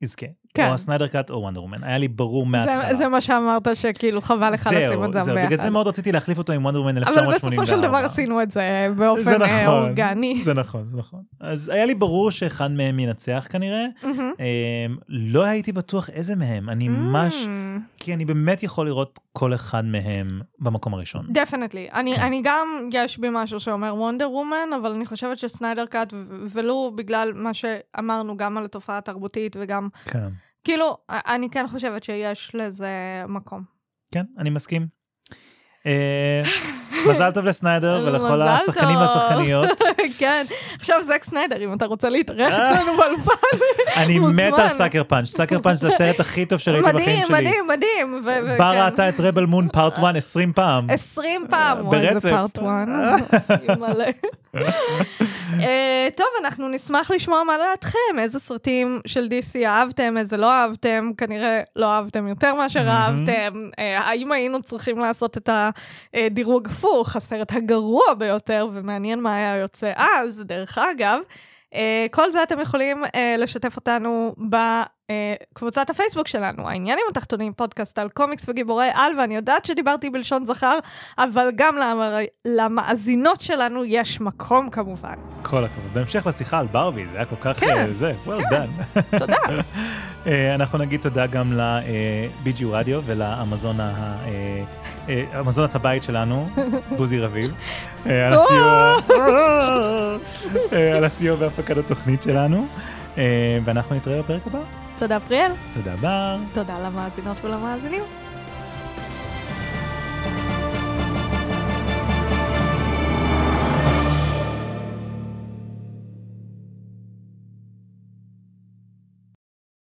יזכה. כן. או הסניידר קאט או וונדר וומן. היה לי ברור זה- מההתחלה. זה מה שאמרת, שכאילו חבל לך לשים את זה זהו, בגלל זה ביחד. מאוד רציתי להחליף אותו עם וונדר וומן 1984. אבל בסופו של דבר עשינו את זה באופן אה, אורגני. נכון. זה נכון, זה נכון. אז היה לי ברור שאחד מהם ינצח כנראה. מהמם. אמ, לא הייתי בטוח איזה מהם, אני ממש, Mm. כי אני באמת יכול לראות כל אחד מהם במקום הראשון. דפנטלי. אני, כן. אני גם, יש בי משהו שאומר וונדר וומן, אבל אני חושבת שסניידר קאט, ו- ולו בגלל מה שאמרנו גם על התופעה התרבותית וגם, כן. כאילו, א- אני כן חושבת שיש לזה מקום. כן, אני מסכים. אה, מזל טוב לסניידר ולכל השחקנים והשחקניות. כן. עכשיו זק סניידר, אם אתה רוצה להתארח אה, אצלנו באולפן. אני מוזמן. מת על סאקר פאנץ', סאקר פאנץ' זה הסרט הכי טוב שראיתי בחיים מדהים, שלי. מדהים, מדהים. ו- ו- בר כן. ראתה את רבל מון פארט 1 20 פעם. 20 פעם, אה, וואי, ברצף. זה פארט 1. מלא. אה, טוב, אנחנו נשמח לשמוע מה דעתכם, איזה סרטים של DC אהבתם, איזה לא אהבתם, כנראה לא אהבתם יותר מאשר מהמם. אהבתם. אה, האם היינו צריכים לעשות את הדירוג הפוך, הסרט הגרוע ביותר, ומעניין מה היה יוצא אז, דרך אגב. אה, כל זה אתם יכולים אה, לשתף אותנו בקבוצת הפייסבוק שלנו, העניינים התחתונים, פודקאסט על קומיקס וגיבורי על, ואני יודעת שדיברתי בלשון זכר, אבל גם למר... למאזינות שלנו יש מקום כמובן. כל הכבוד. בהמשך לשיחה על ברבי, זה היה כל כך... כן. אה, זה, well done. תודה. אה, אנחנו נגיד תודה גם אה, ל-BGU רדיו ולאמזון ה- אה, אה, אמזונת הבית שלנו, בוזי רביב, אה, על הסיוע אה, על הסיוע בהפקת התוכנית שלנו, אה, ואנחנו נתראה בפרק הבא. תודה פריאל, תודה בר. תודה למאזינות ולמאזינים.